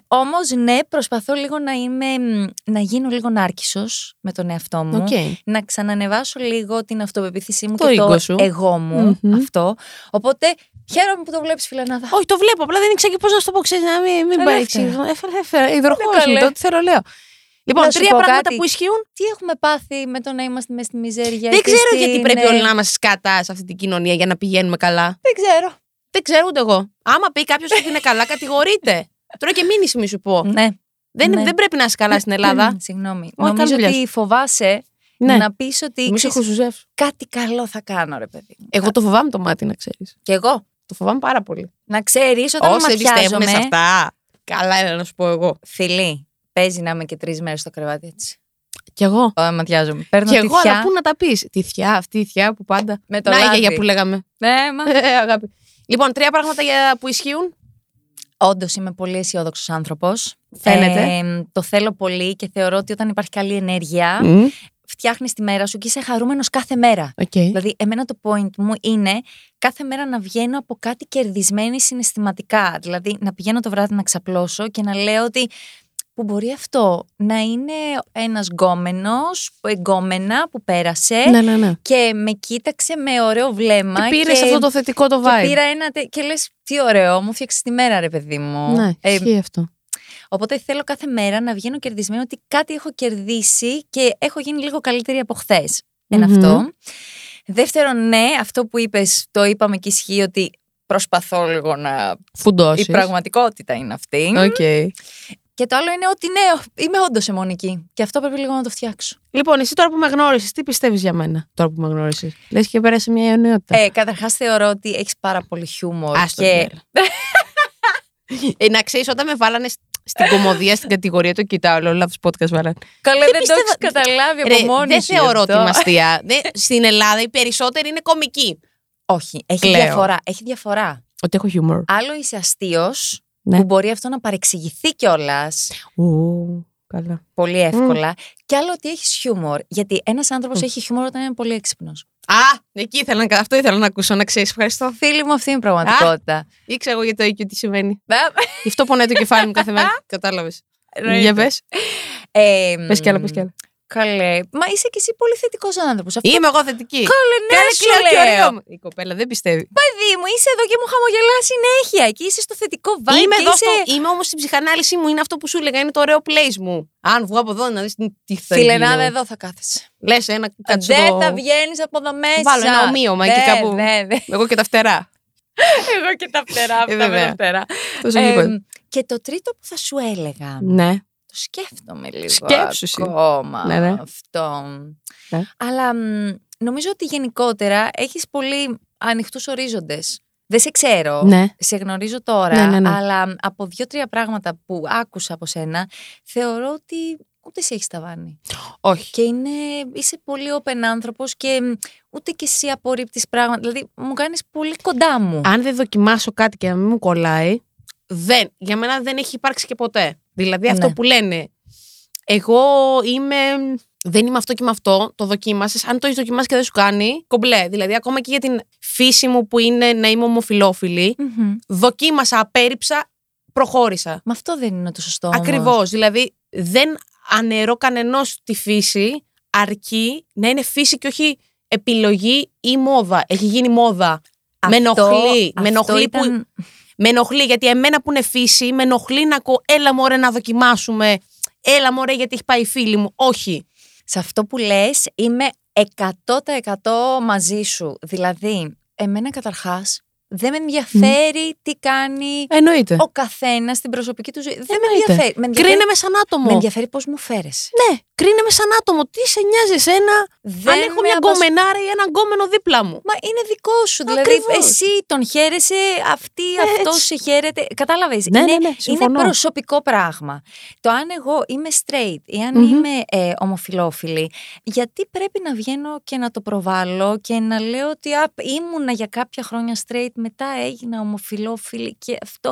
Speaker 2: Όμως, ναι, προσπαθώ λίγο να είμαι, μ, να γίνω λίγο νάρκισος με τον εαυτό μου. Να ξανανεβάσω λίγο την αυτοπεποίθησή μου
Speaker 1: Το
Speaker 2: και το
Speaker 1: ego σου.
Speaker 2: εγώ μου.
Speaker 1: Μμμ.
Speaker 2: Αυτό. Οπότε, χαίρομαι που το βλέπεις, φιλανάδα.
Speaker 1: Όχι, το βλέπω. Απλά δεν ήξερα και πώς να σου το πω. Ξέρεις, να μην, μην
Speaker 2: Καλά
Speaker 1: πάει.
Speaker 2: ήταν.
Speaker 1: ξύδο. Έφερα, έφερα. Υδροχόρο
Speaker 2: Ναι,
Speaker 1: μου,
Speaker 2: καλέ.
Speaker 1: το τι θέλω, λέω. Λοιπόν,
Speaker 2: Να σου
Speaker 1: τρία
Speaker 2: πω
Speaker 1: πράγματα
Speaker 2: κάτι.
Speaker 1: που ισχύουν
Speaker 2: Τι έχουμε πάθει με το να είμαστε μέσα στη μιζέρια.
Speaker 1: Δεν
Speaker 2: και
Speaker 1: ξέρω
Speaker 2: στην,
Speaker 1: γιατί πρέπει
Speaker 2: ε,
Speaker 1: όλοι να είμαστε σκατά σε αυτή την κοινωνία για να πηγαίνουμε καλά.
Speaker 2: Δεν ξέρω.
Speaker 1: Δεν ξέρω ούτε εγώ. Άμα πει κάποιος ότι είναι καλά, κατηγορείται. Τώρα και μήνυση μη σου πω.
Speaker 2: Ναι.
Speaker 1: δεν,
Speaker 2: ναι.
Speaker 1: δεν πρέπει να είσαι καλά στην Ελλάδα.
Speaker 2: Συγγνώμη.
Speaker 1: Όχι,
Speaker 2: Νομίζω
Speaker 1: καλή δουλειά
Speaker 2: ότι φοβάσαι
Speaker 1: Ναι.
Speaker 2: να πεις ότι
Speaker 1: Μη σε
Speaker 2: ξέρεις,
Speaker 1: χουζουζεύσω.
Speaker 2: κάτι καλό θα κάνω, ρε παιδί. μου.
Speaker 1: Εγώ το φοβάμαι το μάτι, να ξέρεις.
Speaker 2: Κι εγώ.
Speaker 1: Το φοβάμαι πάρα πολύ.
Speaker 2: Να ξέρεις όταν
Speaker 1: Όσοι πιστεύουν
Speaker 2: ματιάζομαι.
Speaker 1: σε αυτά. Καλά, έλα να σου πω εγώ.
Speaker 2: Φιλή, παίζει να είμαι και τρεις μέρες στο κρεβάτι έτσι.
Speaker 1: Κι εγώ.
Speaker 2: Ω, ματιάζομαι. Παίρνω
Speaker 1: Κι
Speaker 2: τη
Speaker 1: εγώ,
Speaker 2: θιά
Speaker 1: αλλά πού να τα πεις. Τη θιά, αυτή η θιά που πάντα.
Speaker 2: με το
Speaker 1: να η
Speaker 2: λάδι.
Speaker 1: γιαγιά που λέγαμε.
Speaker 2: Ναι, μα.
Speaker 1: Ε, αγάπη. Λοιπόν, τρία πράγματα για- που ισχύουν.
Speaker 2: Όντως είμαι πολύ αισιόδοξος άνθρωπος.
Speaker 1: Φαίνεται.
Speaker 2: το θέλω πολύ και θεωρώ ότι όταν υπάρχει καλή ενέργεια,
Speaker 1: Ναι.
Speaker 2: φτιάχνεις τη μέρα σου και είσαι χαρούμενος κάθε μέρα.
Speaker 1: Okay.
Speaker 2: Δηλαδή, εμένα το point μου είναι κάθε μέρα να βγαίνω από κάτι κερδισμένη συναισθηματικά. Δηλαδή, να πηγαίνω το βράδυ να ξαπλώσω και να λέω ότι που μπορεί αυτό να είναι ένας γκόμενος, γκόμενα που πέρασε
Speaker 1: Ναι, ναι, ναι.
Speaker 2: και με κοίταξε με ωραίο βλέμμα.
Speaker 1: Και πήρες αυτό το θετικό το
Speaker 2: και
Speaker 1: vibe.
Speaker 2: πήρα ένα. τε- Και λες, τι ωραίο, μου φτιάξει τη μέρα, ρε παιδί μου.
Speaker 1: Ναι,
Speaker 2: Ε,
Speaker 1: ισχύει αυτό.
Speaker 2: οπότε θέλω κάθε μέρα να βγαίνω κερδισμένη ότι κάτι έχω κερδίσει και έχω γίνει λίγο καλύτερη από χθες. ενα
Speaker 1: Μμμ.
Speaker 2: αυτό. Δεύτερον, ναι, αυτό που είπες, το είπαμε και ισχύει ότι προσπαθώ λίγο να.
Speaker 1: Φουντώσεις.
Speaker 2: Η πραγματικότητα είναι αυτή. Και το άλλο είναι ότι ναι, είμαι όντως αιμονική. Και αυτό πρέπει λίγο να το φτιάξω.
Speaker 1: Λοιπόν, εσύ τώρα που με γνώρισες, τι πιστεύεις για μένα τώρα που με γνώρισες. Λες και πέρασε μια αιωνιότητα.
Speaker 2: Ε, Καταρχάς, θεωρώ ότι έχεις πάρα πολύ χιούμορ.
Speaker 1: Άστο,
Speaker 2: και...
Speaker 1: ε, να ξέρεις, όταν με βάλανε σ- στην κομμωδία, στην κατηγορία, το κοιτάω, λέω λάθος podcast βάλανε.
Speaker 2: Καλά, δεν το
Speaker 1: πιστεύω-
Speaker 2: έχεις καταλάβει από
Speaker 1: Ρε,
Speaker 2: μόνη
Speaker 1: δεν
Speaker 2: σου
Speaker 1: θεωρώ ότι
Speaker 2: αυτό.
Speaker 1: είμαι αστεία. Δεν- στην Ελλάδα οι περισσότεροι είναι κομικοί.
Speaker 2: Όχι, έχει
Speaker 1: Λέω.
Speaker 2: διαφορά. Έχει διαφορά.
Speaker 1: Ότι έχω χιούμορ.
Speaker 2: Άλλο είσαι αστείος,
Speaker 1: Ναι.
Speaker 2: που μπορεί αυτό να παρεξηγηθεί κιόλας
Speaker 1: Ου, καλά.
Speaker 2: πολύ εύκολα. Και άλλο ότι έχεις χιούμορ. Γιατί ένας άνθρωπος έχει χιούμορ όταν είναι πολύ έξυπνος.
Speaker 1: Α, εκεί ήθελα να, αυτό ήθελα να ακούσω, να ξέρεις. Ευχαριστώ.
Speaker 2: Φίλοι μου, αυτή είναι η πραγματικότητα.
Speaker 1: Ήξερα εγώ για το IQ τι σημαίνει.
Speaker 2: Μπα-
Speaker 1: Γι' αυτό πονάει το κεφάλι μου κάθε μέρα. Κατάλαβες. Για πες.
Speaker 2: Ε,
Speaker 1: Πες κι άλλα, πες κι άλλα.
Speaker 2: Καλέ. Μα είσαι κι εσύ πολύ θετικός άνθρωπος. Αυτό
Speaker 1: Ε, Είμαι εγώ θετική.
Speaker 2: Καλέ, ναι,
Speaker 1: Κάνε
Speaker 2: σου
Speaker 1: κλικ και
Speaker 2: λέω.
Speaker 1: ωραίο μου. Η κοπέλα δεν πιστεύει.
Speaker 2: Παιδί μου, είσαι εδώ και μου χαμογελάς συνέχεια. Και είσαι στο θετικό vibe.
Speaker 1: είμαι
Speaker 2: και
Speaker 1: εδώ
Speaker 2: είσαι...
Speaker 1: στο- είμαι όμως στην ψυχανάλυση μου, είναι αυτό που σου έλεγα, είναι το ωραίο place μου. Αν βγω από εδώ να δεις τι θα γίνει.
Speaker 2: Φιλενάδα, εδώ θα κάθεσαι.
Speaker 1: Λες ένα κατσούκο.
Speaker 2: Δεν θα βγαίνεις από εδώ μέσα.
Speaker 1: Βάλω ένα ομοίωμα εκεί
Speaker 2: Ναι,
Speaker 1: κάπου. Ε,
Speaker 2: ναι, ναι.
Speaker 1: Εγώ και τα φτερά.
Speaker 2: Εγώ και τα φτερά, αυτά με
Speaker 1: βέβαια.
Speaker 2: τα φτερά.
Speaker 1: Το
Speaker 2: Ε,
Speaker 1: ζωγικό.
Speaker 2: και το τρίτο που θα σου έλεγα.
Speaker 1: Ναι.
Speaker 2: Το σκέφτομαι λίγο
Speaker 1: Σκέψου σου.
Speaker 2: ακόμα
Speaker 1: Ναι, ναι.
Speaker 2: αυτό.
Speaker 1: Ναι.
Speaker 2: Αλλά μ, νομίζω ότι γενικότερα έχεις πολύ ανοιχτούς ορίζοντες. Δεν σε ξέρω.
Speaker 1: Ναι.
Speaker 2: Σε γνωρίζω τώρα,
Speaker 1: Ναι, ναι, ναι.
Speaker 2: αλλά από δύο-τρία πράγματα που άκουσα από σένα, θεωρώ ότι ούτε σε έχει ταβάνει.
Speaker 1: Όχι.
Speaker 2: Και είναι, είσαι πολύ open άνθρωπος και μ, ούτε και εσύ απορρίπτεις πράγματα. Δηλαδή, μου κάνεις πολύ κοντά μου.
Speaker 1: Αν δεν δοκιμάσω κάτι και να μην μου κολλάει, δεν, για μένα δεν έχει υπάρξει και ποτέ. Δηλαδή αυτό
Speaker 2: Ναι.
Speaker 1: που λένε, εγώ είμαι, δεν είμαι αυτό και είμαι αυτό, το δοκίμασες, αν το έχεις δοκιμάσει και δεν σου κάνει, κομπλέ. Δηλαδή ακόμα και για την φύση μου που είναι να είμαι ομοφιλόφιλη,
Speaker 2: Μμμ.
Speaker 1: δοκίμασα, απέρριψα, προχώρησα.
Speaker 2: Μα αυτό δεν είναι το σωστό. όμως.
Speaker 1: Ακριβώς, δηλαδή δεν αναιρώ κανενός τη φύση, αρκεί να είναι φύση και όχι επιλογή ή μόδα. Έχει γίνει μόδα. με
Speaker 2: Αυτό-
Speaker 1: ενοχλεί, με
Speaker 2: αυτό
Speaker 1: ενοχλεί που
Speaker 2: ήταν-
Speaker 1: με ενοχλεί γιατί εμένα που είναι φύση, με ενοχλεί να ακούω έλα μωρέ να δοκιμάσουμε. Έλα μωρέ γιατί έχει πάει η φίλη μου. Όχι.
Speaker 2: Σε αυτό που λες είμαι 100% μαζί σου. Δηλαδή, εμένα καταρχάς δεν με ενδιαφέρει τι κάνει
Speaker 1: Εννοείται.
Speaker 2: ο καθένας στην προσωπική του ζωή. Δεν με
Speaker 1: Ε. Εννοείται.
Speaker 2: ενδιαφέρει. Με ενδιαφέρει,
Speaker 1: Κρίνε με σαν άτομο.
Speaker 2: με ενδιαφέρει πώς μου φέρεσαι.
Speaker 1: Ναι, κρίνε με σαν άτομο. Τι σε νοιάζει εσένα
Speaker 2: Δεν
Speaker 1: αν έχω
Speaker 2: με
Speaker 1: μια
Speaker 2: απασχ-
Speaker 1: κομμενάρα ή έναν κόμενο δίπλα μου.
Speaker 2: Μα είναι δικό σου. Δηλαδή,
Speaker 1: Ακριβώς. Ε,
Speaker 2: εσύ τον χαίρεσαι, αυτή, αυτό σε χαίρεται. Κατάλαβες,
Speaker 1: Ναι,
Speaker 2: είναι, είναι
Speaker 1: συμφωνώ.
Speaker 2: προσωπικό πράγμα. Το αν εγώ είμαι straight ή αν
Speaker 1: Μμμ.
Speaker 2: είμαι ε, ομοφιλόφιλη, γιατί πρέπει να βγαίνω και να το προβάλλω και να λέω ότι α, ήμουνα για κάποια χρόνια straight, μετά έγινα ομοφιλόφιλη και αυτό.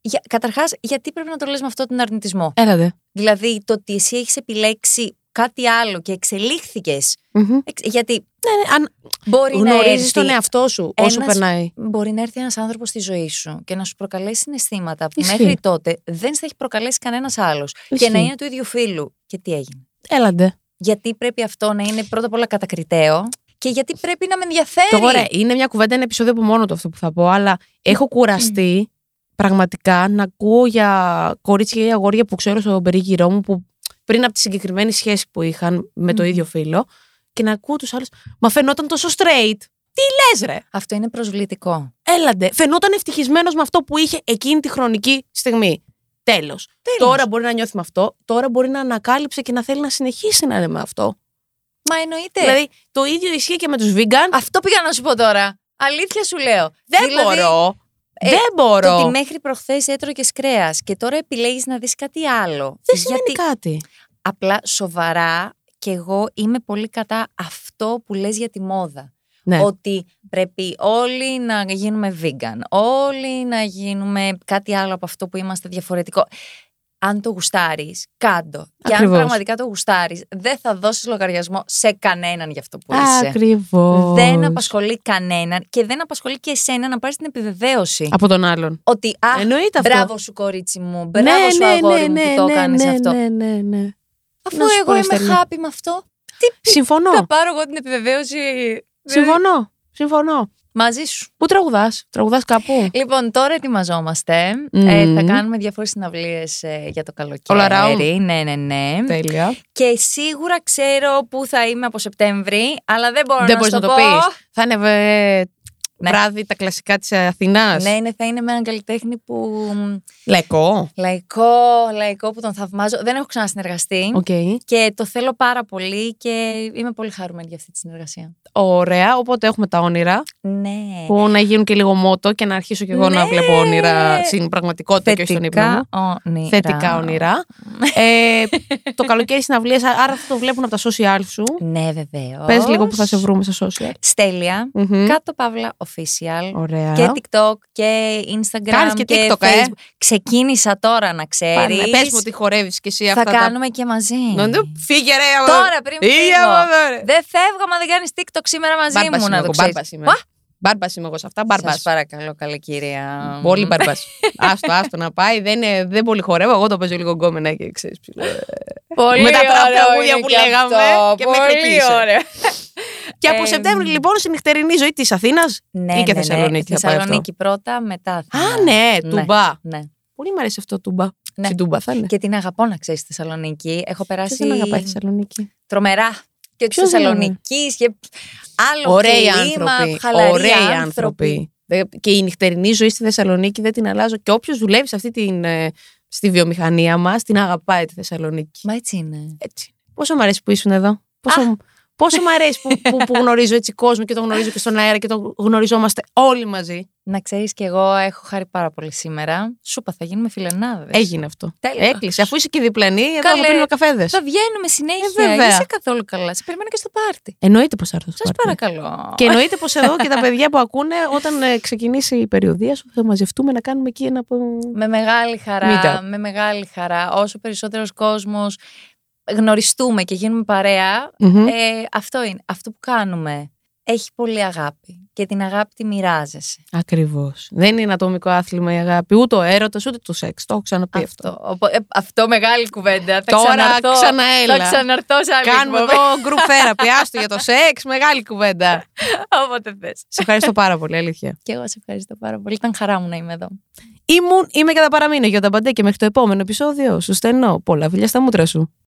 Speaker 2: Για, καταρχάς, γιατί πρέπει να το λες με αυτό τον αρνητισμό.
Speaker 1: Έλατε.
Speaker 2: Δηλαδή, το ότι εσύ έχεις επιλέξει κάτι άλλο και εξελίχθηκες. εξ- γιατί
Speaker 1: Ε, αν
Speaker 2: μπορεί να
Speaker 1: γνωρίζεις
Speaker 2: έρθει
Speaker 1: τον εαυτό σου όσο
Speaker 2: ένας-
Speaker 1: περνάει.
Speaker 2: μπορεί να έρθει ένας άνθρωπος στη ζωή σου και να σου προκαλέσει συναισθήματα που
Speaker 1: Ισχύει.
Speaker 2: μέχρι τότε δεν στα έχει προκαλέσει κανένας άλλος. Και
Speaker 1: Ισχύει.
Speaker 2: να είναι του ίδιου φίλου. Και τι έγινε.
Speaker 1: Έλατε.
Speaker 2: Γιατί πρέπει αυτό να είναι πρώτα απ' όλα κατακριτέο και γιατί πρέπει να με ενδιαφέρει.
Speaker 1: Το ωραία, είναι μια κουβέντα, ένα επεισόδιο από μόνο το αυτό που θα πω, αλλά έχω κουραστεί πραγματικά να ακούω για κορίτσια ή αγόρια που ξέρω στον περίγυρό μου που πριν από τη συγκεκριμένη σχέση που είχαν με το
Speaker 2: Μμμ.
Speaker 1: ίδιο φίλο και να ακούω τους άλλους Μα φαινόταν τόσο straight. Τι λες ρε!
Speaker 2: Αυτό είναι προσβλητικό.
Speaker 1: Έλαντε. Φαινόταν ευτυχισμένος με αυτό που είχε εκείνη τη χρονική στιγμή. Τέλος. Τώρα μπορεί να νιώθει με αυτό, τώρα μπορεί να ανακάλυψε και να θέλει να συνεχίσει να είναι με αυτό.
Speaker 2: Μα εννοείται.
Speaker 1: Δηλαδή, το ίδιο ισχύει και με τους vegan.
Speaker 2: Αυτό πήγα να σου πω τώρα. Αλήθεια σου λέω.
Speaker 1: Δεν
Speaker 2: Δηλαδή,
Speaker 1: μπορώ.
Speaker 2: ε,
Speaker 1: δεν
Speaker 2: Το
Speaker 1: μπορώ.
Speaker 2: ότι μέχρι προχθές έτρωγες κρέας και τώρα επιλέγεις να δεις κάτι άλλο.
Speaker 1: Δεν σημαίνει κάτι.
Speaker 2: Απλά σοβαρά και εγώ είμαι πολύ κατά αυτό που λες για τη μόδα.
Speaker 1: Ναι.
Speaker 2: Ότι πρέπει όλοι να γίνουμε vegan, όλοι να γίνουμε κάτι άλλο από αυτό που είμαστε διαφορετικό. αν το γουστάρεις, κάντο. Και αν
Speaker 1: Ακριβώς.
Speaker 2: πραγματικά το γουστάρεις, δεν θα δώσεις λογαριασμό σε κανέναν για αυτό που είσαι.
Speaker 1: Ακριβώς.
Speaker 2: Δεν απασχολεί κανέναν και δεν απασχολεί και εσένα να πάρεις την επιβεβαίωση.
Speaker 1: Από τον άλλον.
Speaker 2: Ότι αχ,
Speaker 1: Εννοείται αυτό.
Speaker 2: μπράβο σου κορίτσι μου, μπράβο σου αγόρι μου που το έκανες αυτό.
Speaker 1: Ναι, ναι, ναι.
Speaker 2: Αφού
Speaker 1: Να σου πω,
Speaker 2: εγώ είμαι
Speaker 1: Στέλλα.
Speaker 2: happy με αυτό, τι θα
Speaker 1: Συμφωνώ.
Speaker 2: πάρω εγώ την επιβεβαίωση δηλαδή,
Speaker 1: Συμφωνώ. Συμφωνώ.
Speaker 2: μαζί σου.
Speaker 1: Πού τραγουδάς, τραγουδάς κάπου.
Speaker 2: Λοιπόν, τώρα ετοιμαζόμαστε.
Speaker 1: Μμμ.
Speaker 2: Ε, θα κάνουμε διάφορες συναυλίες για το καλοκαίρι.
Speaker 1: All around.
Speaker 2: Ναι, ναι, ναι.
Speaker 1: Τέλεια.
Speaker 2: Και σίγουρα ξέρω που θα είμαι από Σεπτέμβρη, αλλά δεν μπορώ
Speaker 1: Δεν
Speaker 2: να
Speaker 1: μπορείς
Speaker 2: σου
Speaker 1: να
Speaker 2: το,
Speaker 1: το
Speaker 2: πω.
Speaker 1: πει. Θα είναι ε,
Speaker 2: Ναι.
Speaker 1: βράδυ τα κλασικά της Αθηνάς.
Speaker 2: Ναι, ναι, θα είναι με έναν καλλιτέχνη που. μ,
Speaker 1: Λαϊκό.
Speaker 2: Λαϊκό, λαϊκό που τον θαυμάζω. Δεν έχω ξανασυνεργαστεί.
Speaker 1: Οκ.
Speaker 2: Και το θέλω πάρα πολύ και είμαι πολύ χαρούμενη για αυτή τη συνεργασία.
Speaker 1: Ωραία. Οπότε έχουμε τα όνειρα.
Speaker 2: Ναι.
Speaker 1: Που να γίνουν και λίγο μότο και να αρχίσω κι εγώ να
Speaker 2: Ναι.
Speaker 1: βλέπω όνειρα στην πραγματικότητα και όχι στον ύπνο μου.
Speaker 2: όνειρα.
Speaker 1: Θετικά όνειρα. ε, το καλοκαίρι συναυλίε, άρα αυτό το βλέπουν από τα social σου.
Speaker 2: Ναι, βεβαίως.
Speaker 1: Πες λίγο που θα σε βρούμε στα social.
Speaker 2: Στέλια,
Speaker 1: Μμμ.
Speaker 2: κάτω παύλα official.
Speaker 1: Ωραία.
Speaker 2: Και TikTok και Instagram.
Speaker 1: Κάνεις και TikTok, ε.
Speaker 2: Facebook. Ξεκίνησα τώρα να ξέρεις.
Speaker 1: Πες μου ότι χορεύεις και εσύ
Speaker 2: θα
Speaker 1: αυτά τα.
Speaker 2: κάνουμε και μαζί.
Speaker 1: Να το- Φύγε ρε. αγόρι.
Speaker 2: Τώρα πριν
Speaker 1: Φύγε,
Speaker 2: φύγω.
Speaker 1: αγόρι.
Speaker 2: Δεν φεύγω άμα δεν κάνεις TikTok σήμερα μαζί
Speaker 1: Μπάρμπας
Speaker 2: μου
Speaker 1: είμαι
Speaker 2: να το
Speaker 1: εγώ,
Speaker 2: ξέρεις.
Speaker 1: μπάρμπας είμαι. Μπάρμπας είμαι εγώ σε αυτά. Μπάρμπας.
Speaker 2: Σας παρακαλώ, καλή κυρία.
Speaker 1: Πολύ μπαρμπά. άστο, άστο να πάει. Δεν, είναι- δεν πολύ χορεύω. Εγώ το παίζω λίγο γκόμενα και ξέρεις.
Speaker 2: Πολύ
Speaker 1: με τα τραπ
Speaker 2: ωραίο
Speaker 1: τραγούδια
Speaker 2: είναι
Speaker 1: που
Speaker 2: και
Speaker 1: λέγαμε
Speaker 2: αυτό.
Speaker 1: και μέχρι
Speaker 2: Πολύ
Speaker 1: εκεί είσαι.
Speaker 2: ωραίο.
Speaker 1: και από
Speaker 2: Ε,
Speaker 1: Σεπτέμβρη λοιπόν στη νυχτερινή ζωή της Αθήνας.
Speaker 2: Ναι,
Speaker 1: Ή και
Speaker 2: ναι, ναι.
Speaker 1: Θεσσαλονίκη θα πάει αυτό.
Speaker 2: Θεσσαλονίκη πρώτα, μετά. Αθήνα.
Speaker 1: Α, ναι, τούμπα.
Speaker 2: Ναι.
Speaker 1: Πολύ μου αρέσει αυτό τούμπα.
Speaker 2: Ναι.
Speaker 1: Στην τούμπα θα είναι.
Speaker 2: Και την αγαπώ να ξέρεις Θεσσαλονίκη. Έχω περάσει.
Speaker 1: Ποιος δεν αγαπάει τη Θεσσαλονίκη.
Speaker 2: τρομερά. Και τη
Speaker 1: Ποιος δεν
Speaker 2: Θεσσαλονική και άλλο
Speaker 1: Ωραίοι
Speaker 2: κλίμα,
Speaker 1: άνθρωποι.
Speaker 2: χαλαροί
Speaker 1: Ωραίοι άνθρωποι. Δε- Και η νυχτερινή ζωή στη Θεσσαλονίκη δεν την αλλάζω. Και όποιος δουλεύει σε αυτή την, ε, στη βιομηχανία μας, την αγαπάει τη Θεσσαλονίκη.
Speaker 2: Μα έτσι είναι.
Speaker 1: Έτσι. Πόσο μου αρέσει που ήσουν εδώ. Πόσο, πόσο μου αρέσει που, που, που γνωρίζω έτσι κόσμο και τον γνωρίζω και στον αέρα και τον γνωριζόμαστε όλοι μαζί.
Speaker 2: Να ξέρεις κι εγώ έχω χάρη πάρα πολύ σήμερα. Σούπα, θα γίνουμε φιλενάδες.
Speaker 1: Έγινε αυτό.
Speaker 2: Τέλεια.
Speaker 1: Έκλεισε. Αφού είσαι και διπλανή, εδώ
Speaker 2: Καλέ.
Speaker 1: θα πίνουμε καφέδες.
Speaker 2: Θα βγαίνουμε συνέχεια.
Speaker 1: Ε,
Speaker 2: Δεν
Speaker 1: βέβαια.
Speaker 2: είσαι καθόλου καλά. Σε περιμένω και στο πάρτι.
Speaker 1: Εννοείται πως θα έρθω. στο
Speaker 2: Σας
Speaker 1: πάρτι.
Speaker 2: παρακαλώ.
Speaker 1: Και εννοείται πως εδώ και τα παιδιά που ακούνε, όταν ε, ξεκινήσει η περιοδία σου, θα μαζευτούμε να κάνουμε εκεί ένα. πο-
Speaker 2: Με μεγάλη χαρά.
Speaker 1: Meetup.
Speaker 2: Με μεγάλη χαρά. Όσο περισσότερος κόσμος γνωριστούμε και γίνουμε παρέα,
Speaker 1: Μμμ.
Speaker 2: ε, αυτό είναι. Αυτό που κάνουμε έχει πολύ αγάπη. Και την αγάπη τη μοιράζεσαι.
Speaker 1: Ακριβώς. Δεν είναι ατομικό άθλημα η αγάπη, ούτε ο έρωτας, ούτε το σεξ. Το έχω ξαναπεί αυτό.
Speaker 2: Αυτό. Οπο- ε, αυτό μεγάλη κουβέντα. Θα
Speaker 1: Τώρα
Speaker 2: ξαναρθώ,
Speaker 1: ξαναέλα.
Speaker 2: Θα ξαναρθώ σε άλλη
Speaker 1: Κάνουμε
Speaker 2: εκπομπή,
Speaker 1: εδώ group therapy. Άστο για το σεξ. Μεγάλη κουβέντα.
Speaker 2: Όποτε θες.
Speaker 1: Σε ευχαριστώ πάρα πολύ, αλήθεια.
Speaker 2: Και εγώ σε ευχαριστώ πάρα πολύ. Ήταν χαρά μου να είμαι εδώ.
Speaker 1: Ήμουν, είμαι και θα παραμείνω για τα μπαντέ και μέχρι το επόμενο επεισόδιο. Σου στενώ. Πολλά φιλιά στα μούτρα σου.